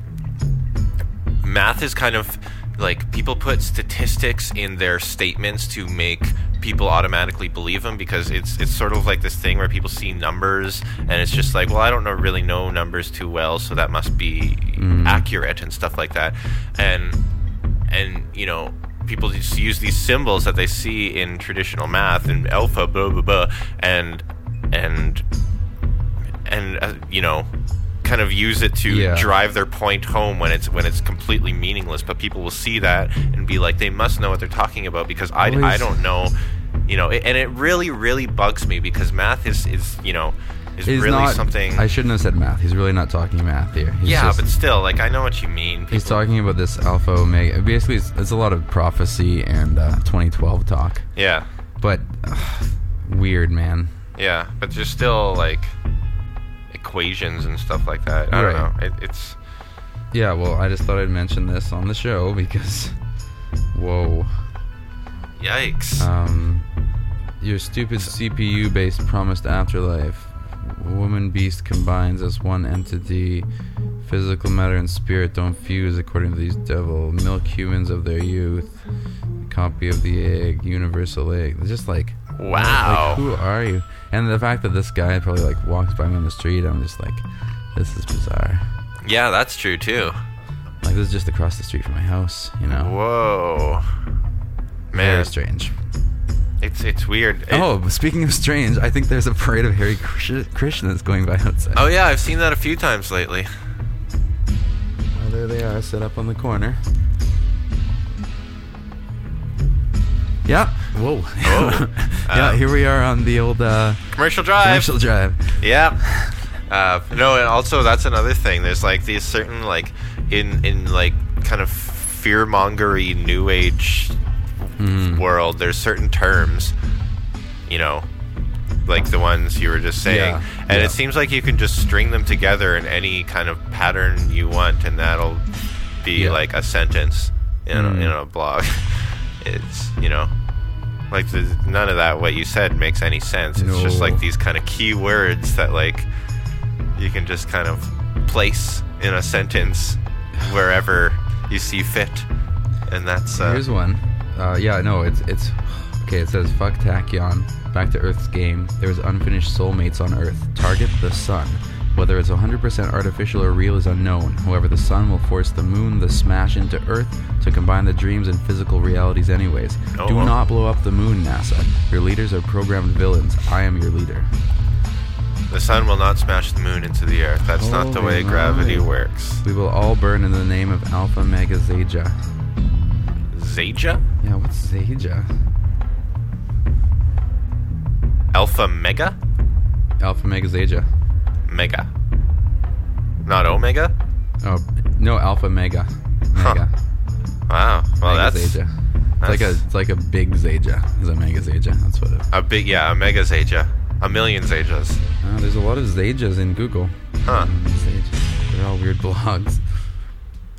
Speaker 5: math is kind of like people put statistics in their statements to make people automatically believe them because it's it's sort of like this thing where people see numbers and it's just like well I don't know really know numbers too well so that must be accurate and stuff like that and and you know people just use these symbols that they see in traditional math and alpha blah blah blah and and and uh, you know kind of use it to
Speaker 4: Yeah.
Speaker 5: drive their point home when it's when it's completely meaningless but people will see that and be like they must know what they're talking about because i, I
Speaker 4: Always-
Speaker 5: don't know you know it, and it really really bugs me because math is is you know is
Speaker 4: it's
Speaker 5: really
Speaker 4: not
Speaker 5: something
Speaker 4: I shouldn't have said math. He's really not talking math here. He's
Speaker 5: yeah
Speaker 4: just-
Speaker 5: but still like i know what you mean
Speaker 4: he's talking about this alpha omega. Basically, it's, it's a lot of prophecy and uh, 2012 talk.
Speaker 5: yeah
Speaker 4: But ugh, weird, man.
Speaker 5: Yeah, but there's still like equations and stuff like that. I
Speaker 4: Right.
Speaker 5: don't know. It, it's
Speaker 4: Yeah, well, I just thought I'd mention this on the show because, whoa.
Speaker 5: yikes.
Speaker 4: Um, your stupid CPU based promised afterlife. Woman beast combines as one entity. Physical matter and spirit don't fuse according to these devil. Milk humans of their youth. Copy of the egg. Universal egg. It's just like
Speaker 5: Wow. Oh.
Speaker 4: Like, who are you? And the fact that this guy probably like walks by me on the street, I'm just like, this is bizarre.
Speaker 5: Yeah, that's true too.
Speaker 4: Like this is just across the street from my house, you know.
Speaker 5: Whoa. Man,
Speaker 4: Very strange.
Speaker 5: it's it's weird. It-
Speaker 4: oh, but speaking of strange, I think there's a parade of Hare Krish- Krishnas going by outside.
Speaker 5: Oh yeah, I've seen that a few times lately.
Speaker 4: Well, Oh, there they are, set up on the corner. Yeah. Whoa.
Speaker 5: Oh.
Speaker 4: yeah,
Speaker 5: Um,
Speaker 4: here we are on the old uh,
Speaker 5: Commercial drive.
Speaker 4: commercial drive.
Speaker 5: Yeah. Uh, no, and also that's another thing. There's like these certain like in in like kind of fear mongery new age
Speaker 4: Hmm. Mm.
Speaker 5: world. There's certain terms, you know, like the ones you were just saying,
Speaker 4: Yeah,
Speaker 5: and
Speaker 4: yeah.
Speaker 5: it seems like you can just string them together in any kind of pattern you want, and that'll be
Speaker 4: Yeah.
Speaker 5: like a sentence in a,
Speaker 4: Mm.
Speaker 5: in a blog. it's you know. Like the, none of that what you said makes any sense. It's just
Speaker 4: No.
Speaker 5: like these kind of key words that like you can just kind of place in a sentence wherever you see fit, and that's uh,
Speaker 4: Here's one. Uh, yeah, no, it's it's okay. It says fuck Tachyon. Back to Earth's game. There was unfinished soulmates on Earth. Target the sun. Whether it's 100% artificial or real is unknown. However, the sun will force the moon to smash into Earth to combine the dreams and physical realities. Anyways,
Speaker 5: Oh,
Speaker 4: do
Speaker 5: wow.
Speaker 4: not blow up the moon, NASA. Your leaders are programmed villains. I am your leader.
Speaker 5: the sun will not smash the moon into the earth. That's not the
Speaker 4: Holy
Speaker 5: way gravity
Speaker 4: moly.
Speaker 5: works.
Speaker 4: We will all burn in the name of Alpha Mega Zeja.
Speaker 5: Zeja,
Speaker 4: Yeah, what's Zeja?
Speaker 5: alpha, mega,
Speaker 4: Alpha Mega Zeja.
Speaker 5: mega, not omega.
Speaker 4: Oh no, Alpha Mega.
Speaker 5: Huh.
Speaker 4: Mega.
Speaker 5: Wow. Well,
Speaker 4: Mega
Speaker 5: that's
Speaker 4: Zeja. It's like a
Speaker 5: that's-
Speaker 4: it's like a big Zeja. Is a Mega Zeja. That's what it.
Speaker 5: a big yeah, a mega Zeja, a million Zejas.
Speaker 4: Uh, there's a lot of Zejas in Google.
Speaker 5: Huh.
Speaker 4: Um, Zeja. They're all weird blogs.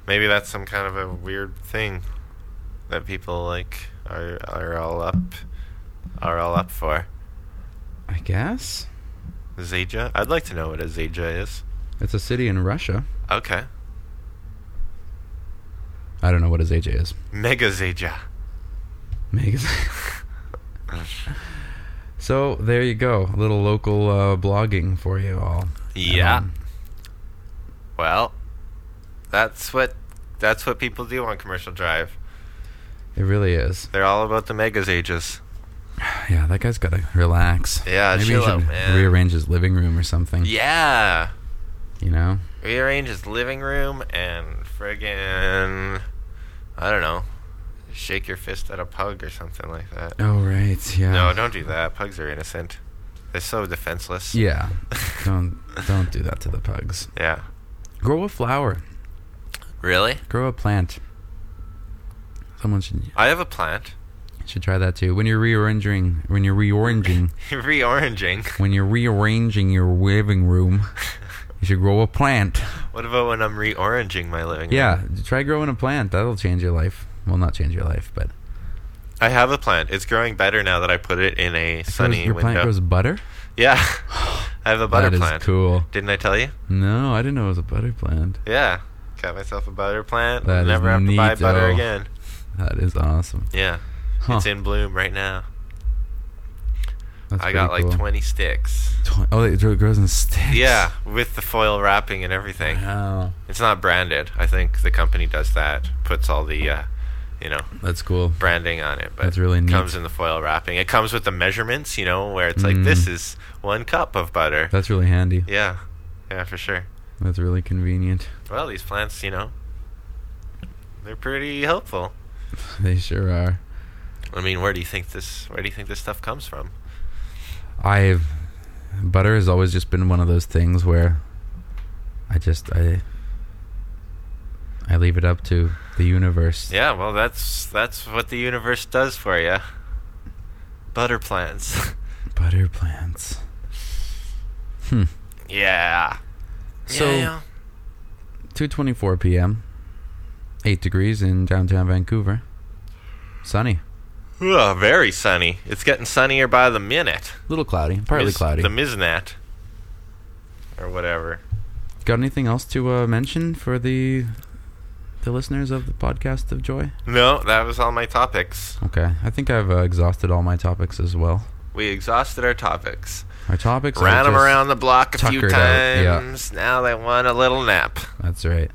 Speaker 5: Maybe that's some kind of a weird thing that people like are are all up are all up for.
Speaker 4: I guess
Speaker 5: Zeja? I'd like to know what a Zeja is.
Speaker 4: it's a city in Russia.
Speaker 5: Okay.
Speaker 4: I don't know what a Zeja is.
Speaker 5: Mega Zeja.
Speaker 4: Mega. so there you go. A little local uh, blogging for you all.
Speaker 5: Yeah.
Speaker 4: Um,
Speaker 5: well, that's what that's what people do on commercial drive.
Speaker 4: it really is.
Speaker 5: They're all about the Mega Zejas.
Speaker 4: Yeah, that guy's gotta relax.
Speaker 5: Yeah,
Speaker 4: maybe
Speaker 5: chill
Speaker 4: he should
Speaker 5: out, man.
Speaker 4: rearrange his living room or something.
Speaker 5: Yeah.
Speaker 4: You know.
Speaker 5: Rearrange his living room and friggin' I don't know. Shake your fist at a pug or something like that.
Speaker 4: Oh right. Yeah.
Speaker 5: No, don't do that. Pugs are innocent. They're so defenseless.
Speaker 4: Yeah. Don't don't do that to the pugs.
Speaker 5: Yeah.
Speaker 4: Grow a flower.
Speaker 5: Really?
Speaker 4: Grow a plant. Someone should
Speaker 5: I have a plant.
Speaker 4: should try that too. When you're rearranging, when you're reoranging,
Speaker 5: Reoranging.
Speaker 4: when you're rearranging your living room, you should grow a plant.
Speaker 5: What about when I'm reoranging my living room?
Speaker 4: Yeah, try growing a plant. That'll change your life. Well, not change your life, but
Speaker 5: I have a plant. It's growing better now that I put it in a sunny
Speaker 4: your
Speaker 5: window.
Speaker 4: plant grows butter.
Speaker 5: yeah. I have a butter
Speaker 4: That is
Speaker 5: plant.
Speaker 4: cool.
Speaker 5: Didn't I tell you?
Speaker 4: No, I didn't know it was a butter plant.
Speaker 5: Yeah. Got myself a butter plant.
Speaker 4: That is
Speaker 5: Never have to buy
Speaker 4: neato.
Speaker 5: butter again.
Speaker 4: That is awesome.
Speaker 5: Yeah.
Speaker 4: Huh.
Speaker 5: It's in bloom right now.
Speaker 4: That's
Speaker 5: I got
Speaker 4: pretty
Speaker 5: like
Speaker 4: cool.
Speaker 5: 20 sticks.
Speaker 4: Twen- Oh, it grow- grows in sticks.
Speaker 5: Yeah, with the foil wrapping and everything.
Speaker 4: Wow,
Speaker 5: It's not branded. I think the company does that. Puts all the, uh, you know,
Speaker 4: that's cool.
Speaker 5: branding on it, but
Speaker 4: That's really neat.
Speaker 5: comes in the foil wrapping. It comes with the measurements, you know, where it's like
Speaker 4: Mm.
Speaker 5: this is one cup of butter.
Speaker 4: That's really handy.
Speaker 5: yeah, yeah, for sure.
Speaker 4: That's really convenient.
Speaker 5: Well, these plants, you know, they're pretty helpful.
Speaker 4: They sure are.
Speaker 5: I mean, where do you think this? Where do you think this stuff comes from?
Speaker 4: I've butter has always just been one of those things where I just I I leave it up to the universe.
Speaker 5: Yeah, well, that's that's what the universe does for you. Butter plants.
Speaker 4: Butter plants. Hmm.
Speaker 5: yeah.
Speaker 4: So-
Speaker 5: Yeah, yeah.
Speaker 4: 2:24 p.m. 8 degrees in downtown Vancouver. Sunny.
Speaker 5: Ugh, very sunny. It's getting sunnier by the minute.
Speaker 4: little cloudy, partly
Speaker 5: Mis-
Speaker 4: cloudy.
Speaker 5: The Miznat. Or whatever.
Speaker 4: Got anything else to uh, mention for the the listeners of the podcast of joy?
Speaker 5: No, that was all my topics.
Speaker 4: Okay. I think I've uh, exhausted all my topics as well.
Speaker 5: We exhausted our topics.
Speaker 4: Our topics
Speaker 5: Ran
Speaker 4: are
Speaker 5: them
Speaker 4: just-
Speaker 5: around the block a few
Speaker 4: tuckered out, yeah.
Speaker 5: times. Now they want a little nap
Speaker 4: That's right.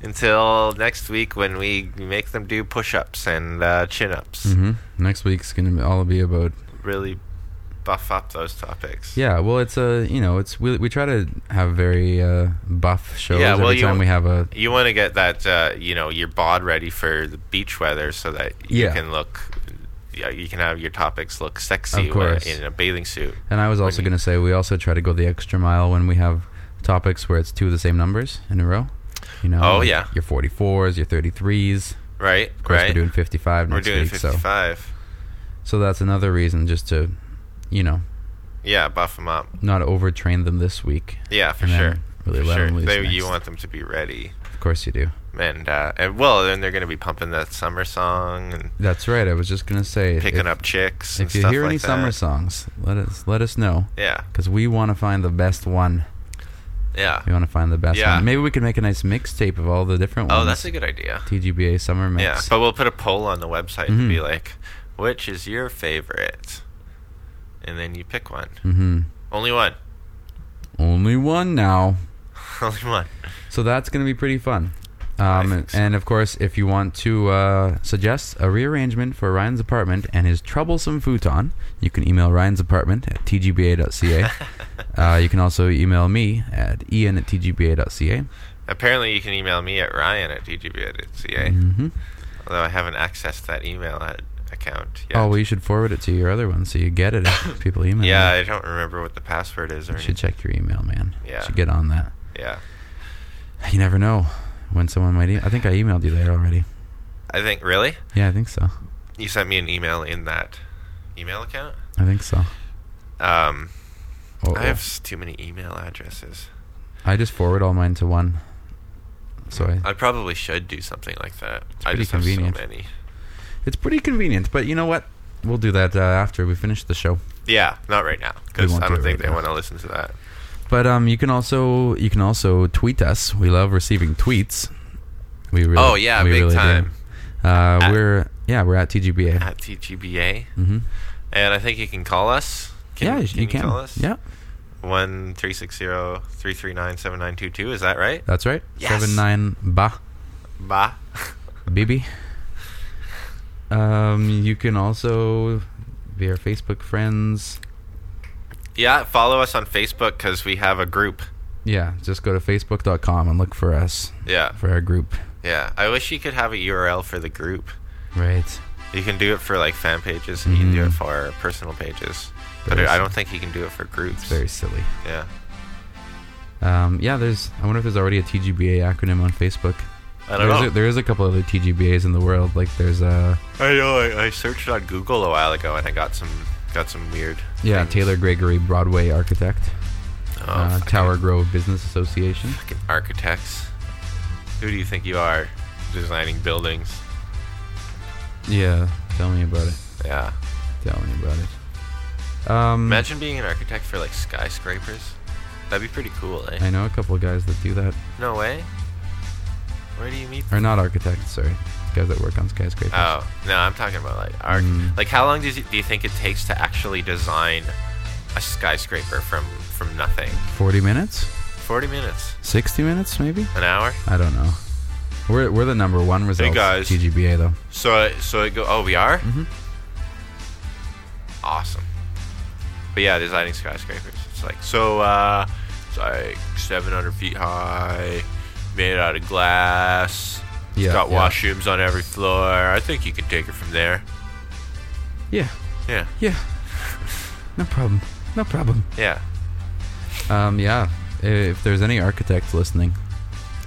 Speaker 5: until next week when we make them do push-ups and uh, chin-ups.
Speaker 4: hmm Next week's gonna be- all be about
Speaker 5: Really buff up those topics.
Speaker 4: yeah. Well, it's a you know it's we, we try to have very uh, buff shows
Speaker 5: Yeah, well,
Speaker 4: every
Speaker 5: you-
Speaker 4: time we have a
Speaker 5: You want to get that uh, you know your bod ready for the beach weather so that you
Speaker 4: Yeah.
Speaker 5: can look. yeah, You can have your topics look sexy
Speaker 4: Of course.
Speaker 5: when- in a bathing suit.
Speaker 4: And I was also
Speaker 5: you-
Speaker 4: going to say we also try to go the extra mile when we have topics where it's two of the same numbers in a row. You know.
Speaker 5: Oh,
Speaker 4: like
Speaker 5: yeah.
Speaker 4: Your 44s, your 33s.
Speaker 5: Right,
Speaker 4: Of course,
Speaker 5: right.
Speaker 4: we're doing 55
Speaker 5: We're
Speaker 4: next
Speaker 5: doing
Speaker 4: week, so
Speaker 5: 55.
Speaker 4: so that's another reason just to, you know,
Speaker 5: Yeah, buff them up.
Speaker 4: not overtrain them this week.
Speaker 5: Yeah, for
Speaker 4: And then
Speaker 5: sure.
Speaker 4: really
Speaker 5: For
Speaker 4: let
Speaker 5: sure.
Speaker 4: 'em loose
Speaker 5: They, you
Speaker 4: next.
Speaker 5: want them to be ready,
Speaker 4: Of course you do.
Speaker 5: and uh, and well, then they're going to be pumping that summer song and
Speaker 4: That's right. I was just going to say
Speaker 5: picking
Speaker 4: if,
Speaker 5: up chicks. and
Speaker 4: if you
Speaker 5: stuff
Speaker 4: hear
Speaker 5: like
Speaker 4: any
Speaker 5: that.
Speaker 4: summer songs, let us let us know
Speaker 5: yeah,
Speaker 4: cuz we want to find the best one.
Speaker 5: yeah.
Speaker 4: We want to find the best
Speaker 5: Yeah.
Speaker 4: one. Maybe we could make a nice mixtape of all the different ones.
Speaker 5: Oh, that's a good idea.
Speaker 4: TGBA summer mix.
Speaker 5: Yeah, but we'll put a poll on the website to
Speaker 4: Mhm.
Speaker 5: be like, which is your favorite, and then you pick one.
Speaker 4: mm-hmm.
Speaker 5: Only one.
Speaker 4: Only one now.
Speaker 5: Only one.
Speaker 4: So that's going to be pretty fun.
Speaker 5: I
Speaker 4: Um,
Speaker 5: think so.
Speaker 4: And of course, if you want to uh, suggest a rearrangement for Ryan's apartment and his troublesome futon, you can email Ryan's apartment at tgba.ca. uh, you can also email me at ian at tgba.ca.
Speaker 5: Apparently, you can email me at ryan at dgb.ca,
Speaker 4: Mm-hmm.
Speaker 5: although I haven't accessed that email at account yet.
Speaker 4: Oh, well, you should forward it to your other one so you get it if people email.
Speaker 5: yeah,
Speaker 4: you.
Speaker 5: I don't remember what the password is or
Speaker 4: You should
Speaker 5: anything.
Speaker 4: check your email, man.
Speaker 5: Yeah.
Speaker 4: Should get on that.
Speaker 5: Yeah.
Speaker 4: You never know when someone might. E- I think I emailed you that already.
Speaker 5: I think, really?
Speaker 4: Yeah, I think so.
Speaker 5: You sent me an email in that email account?
Speaker 4: I think so.
Speaker 5: Um,
Speaker 4: Oh,
Speaker 5: I have s- too many email addresses.
Speaker 4: I just forward all mine to one. So I,
Speaker 5: I probably should do something like that. I
Speaker 4: pretty
Speaker 5: just
Speaker 4: convenient.
Speaker 5: have so many.
Speaker 4: it's pretty convenient, but you know what? We'll do that uh, after we finish the show.
Speaker 5: Yeah, not right now because
Speaker 4: won't
Speaker 5: I
Speaker 4: do
Speaker 5: don't
Speaker 4: it
Speaker 5: think
Speaker 4: right
Speaker 5: they
Speaker 4: now.
Speaker 5: want to listen to that.
Speaker 4: But um, you can also you can also tweet us. We love receiving tweets. We really,
Speaker 5: Oh, yeah,
Speaker 4: we
Speaker 5: big
Speaker 4: really do.
Speaker 5: time.
Speaker 4: Uh, we're yeah, we're at TGBA.
Speaker 5: At TGBA,
Speaker 4: mm-hmm.
Speaker 5: and I think you can call us. Can,
Speaker 4: yeah, you
Speaker 5: can
Speaker 4: you can.
Speaker 5: call us.
Speaker 4: Yeah,
Speaker 5: one three six zero three three nine seven nine two two. Is that right?
Speaker 4: that's right.
Speaker 5: Yes.
Speaker 4: Seven nine ba
Speaker 5: Bah.
Speaker 4: bibi. Um, you can also be our Facebook friends.
Speaker 5: yeah, follow us on Facebook because we have a group.
Speaker 4: Yeah, just go to facebook.com and look for us
Speaker 5: Yeah,
Speaker 4: for our group.
Speaker 5: yeah. I wish you could have a URL for the group.
Speaker 4: Right.
Speaker 5: You can do it for like fan pages, and you can do
Speaker 4: Mhm.
Speaker 5: it for our personal pages. But
Speaker 4: Very
Speaker 5: I
Speaker 4: sim-
Speaker 5: don't think you can do it for groups.
Speaker 4: It's very silly.
Speaker 5: yeah.
Speaker 4: Um, yeah, there's. I wonder if there's already a TGBA acronym on Facebook.
Speaker 5: I don't
Speaker 4: there's
Speaker 5: know.
Speaker 4: A, there is a couple other TGBAs in the world. Like there's uh, a
Speaker 5: I know. I, I searched on Google a while ago and I got some got some weird.
Speaker 4: yeah
Speaker 5: things.
Speaker 4: Taylor Gregory Broadway Architect,
Speaker 5: Oh,
Speaker 4: uh,
Speaker 5: fucking-
Speaker 4: Tower Grove Business Association.
Speaker 5: fucking architects. Who do you think you are, designing buildings?
Speaker 4: Yeah, tell me about it.
Speaker 5: Yeah.
Speaker 4: Tell me about it. Um,
Speaker 5: Imagine being an architect for like skyscrapers. That'd be pretty cool, eh?
Speaker 4: I know a couple of guys that do that.
Speaker 5: No way. Where do you meet?
Speaker 4: Or not architects, sorry, guys that work on skyscrapers.
Speaker 5: Oh no, I'm talking about like arch.
Speaker 4: Mm.
Speaker 5: Like, how long does it, do you think it takes to actually design a skyscraper from from nothing?
Speaker 4: Forty minutes,
Speaker 5: Forty minutes,
Speaker 4: sixty minutes, maybe.
Speaker 5: an hour.
Speaker 4: I don't know. We're, we're the number one results.
Speaker 5: guys.
Speaker 4: TGBA though.
Speaker 5: So it- so it go. Oh, we are. Mm-hmm. Awesome. But yeah, designing skyscrapers. It's like so. uh It's like 700 feet high, made out of glass. It's
Speaker 4: Yeah,
Speaker 5: got
Speaker 4: yeah.
Speaker 5: washrooms on every floor. I think you can take it from there.
Speaker 4: Yeah,
Speaker 5: Yeah.
Speaker 4: yeah. No problem. No problem.
Speaker 5: Yeah.
Speaker 4: Um, yeah. If there's any architects listening,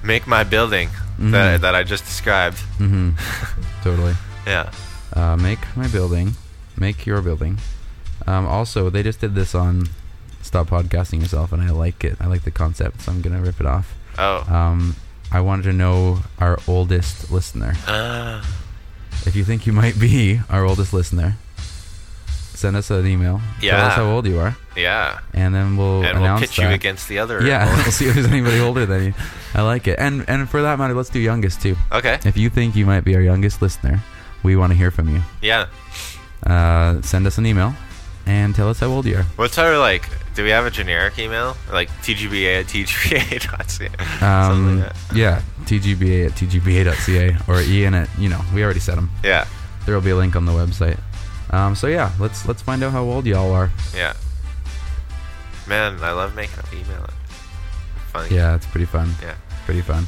Speaker 5: Make my building
Speaker 4: Mm-hmm.
Speaker 5: that, that I just described.
Speaker 4: hmm totally.
Speaker 5: Yeah.
Speaker 4: Uh, make my building. Make your building. Um, also, they just did this on Stop Podcasting Yourself, and I like it. I like the concept, so I'm going to rip it off.
Speaker 5: Oh.
Speaker 4: Um, I wanted to know our oldest listener.
Speaker 5: Uh,
Speaker 4: If you think you might be our oldest listener, send us an email. Tell
Speaker 5: Yeah.
Speaker 4: us how old you are,
Speaker 5: yeah.
Speaker 4: and then we'll
Speaker 5: And we'll
Speaker 4: announce
Speaker 5: pitch
Speaker 4: that.
Speaker 5: you against the other.
Speaker 4: Yeah, we'll see if there's anybody older than you. I like it. And and for that matter, let's do youngest too.
Speaker 5: Okay.
Speaker 4: If you think you might be our youngest listener, we want to hear from you.
Speaker 5: Yeah.
Speaker 4: Uh, send us an email and tell us how old you are.
Speaker 5: What's our like? Do we have a generic email? Like tgba at tgba.ca. Something
Speaker 4: Um,
Speaker 5: like that.
Speaker 4: yeah, tgba at tgba.ca or ian at, you know, we already said them.
Speaker 5: Yeah,
Speaker 4: There will be a link on the website. Um, so yeah, let's let's find out how old y'all are.
Speaker 5: yeah. Man, I love making up email. Funny.
Speaker 4: Yeah, it's pretty fun.
Speaker 5: Yeah.
Speaker 4: Pretty fun.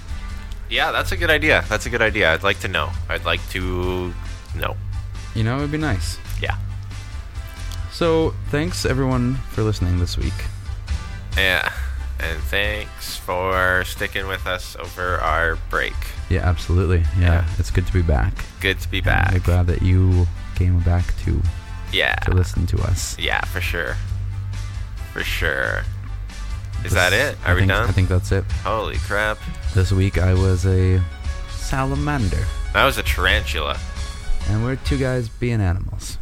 Speaker 5: Yeah, that's a good idea. That's a good idea. I'd like to know. I'd like to know.
Speaker 4: You know, it would be nice.
Speaker 5: Yeah.
Speaker 4: So thanks everyone for listening this week.
Speaker 5: Yeah. And thanks for sticking with us over our break.
Speaker 4: Yeah, absolutely. Yeah,
Speaker 5: Yeah.
Speaker 4: it's good to be back.
Speaker 5: Good to be
Speaker 4: And We're
Speaker 5: back.
Speaker 4: glad that you came back to
Speaker 5: Yeah.
Speaker 4: to listen to us.
Speaker 5: Yeah, for sure. For sure.
Speaker 4: This-
Speaker 5: Is that it? Are
Speaker 4: I
Speaker 5: we
Speaker 4: think-
Speaker 5: done?
Speaker 4: I think that's it.
Speaker 5: Holy crap.
Speaker 4: This week I was a salamander,
Speaker 5: That was a tarantula.
Speaker 4: and we're two guys being animals.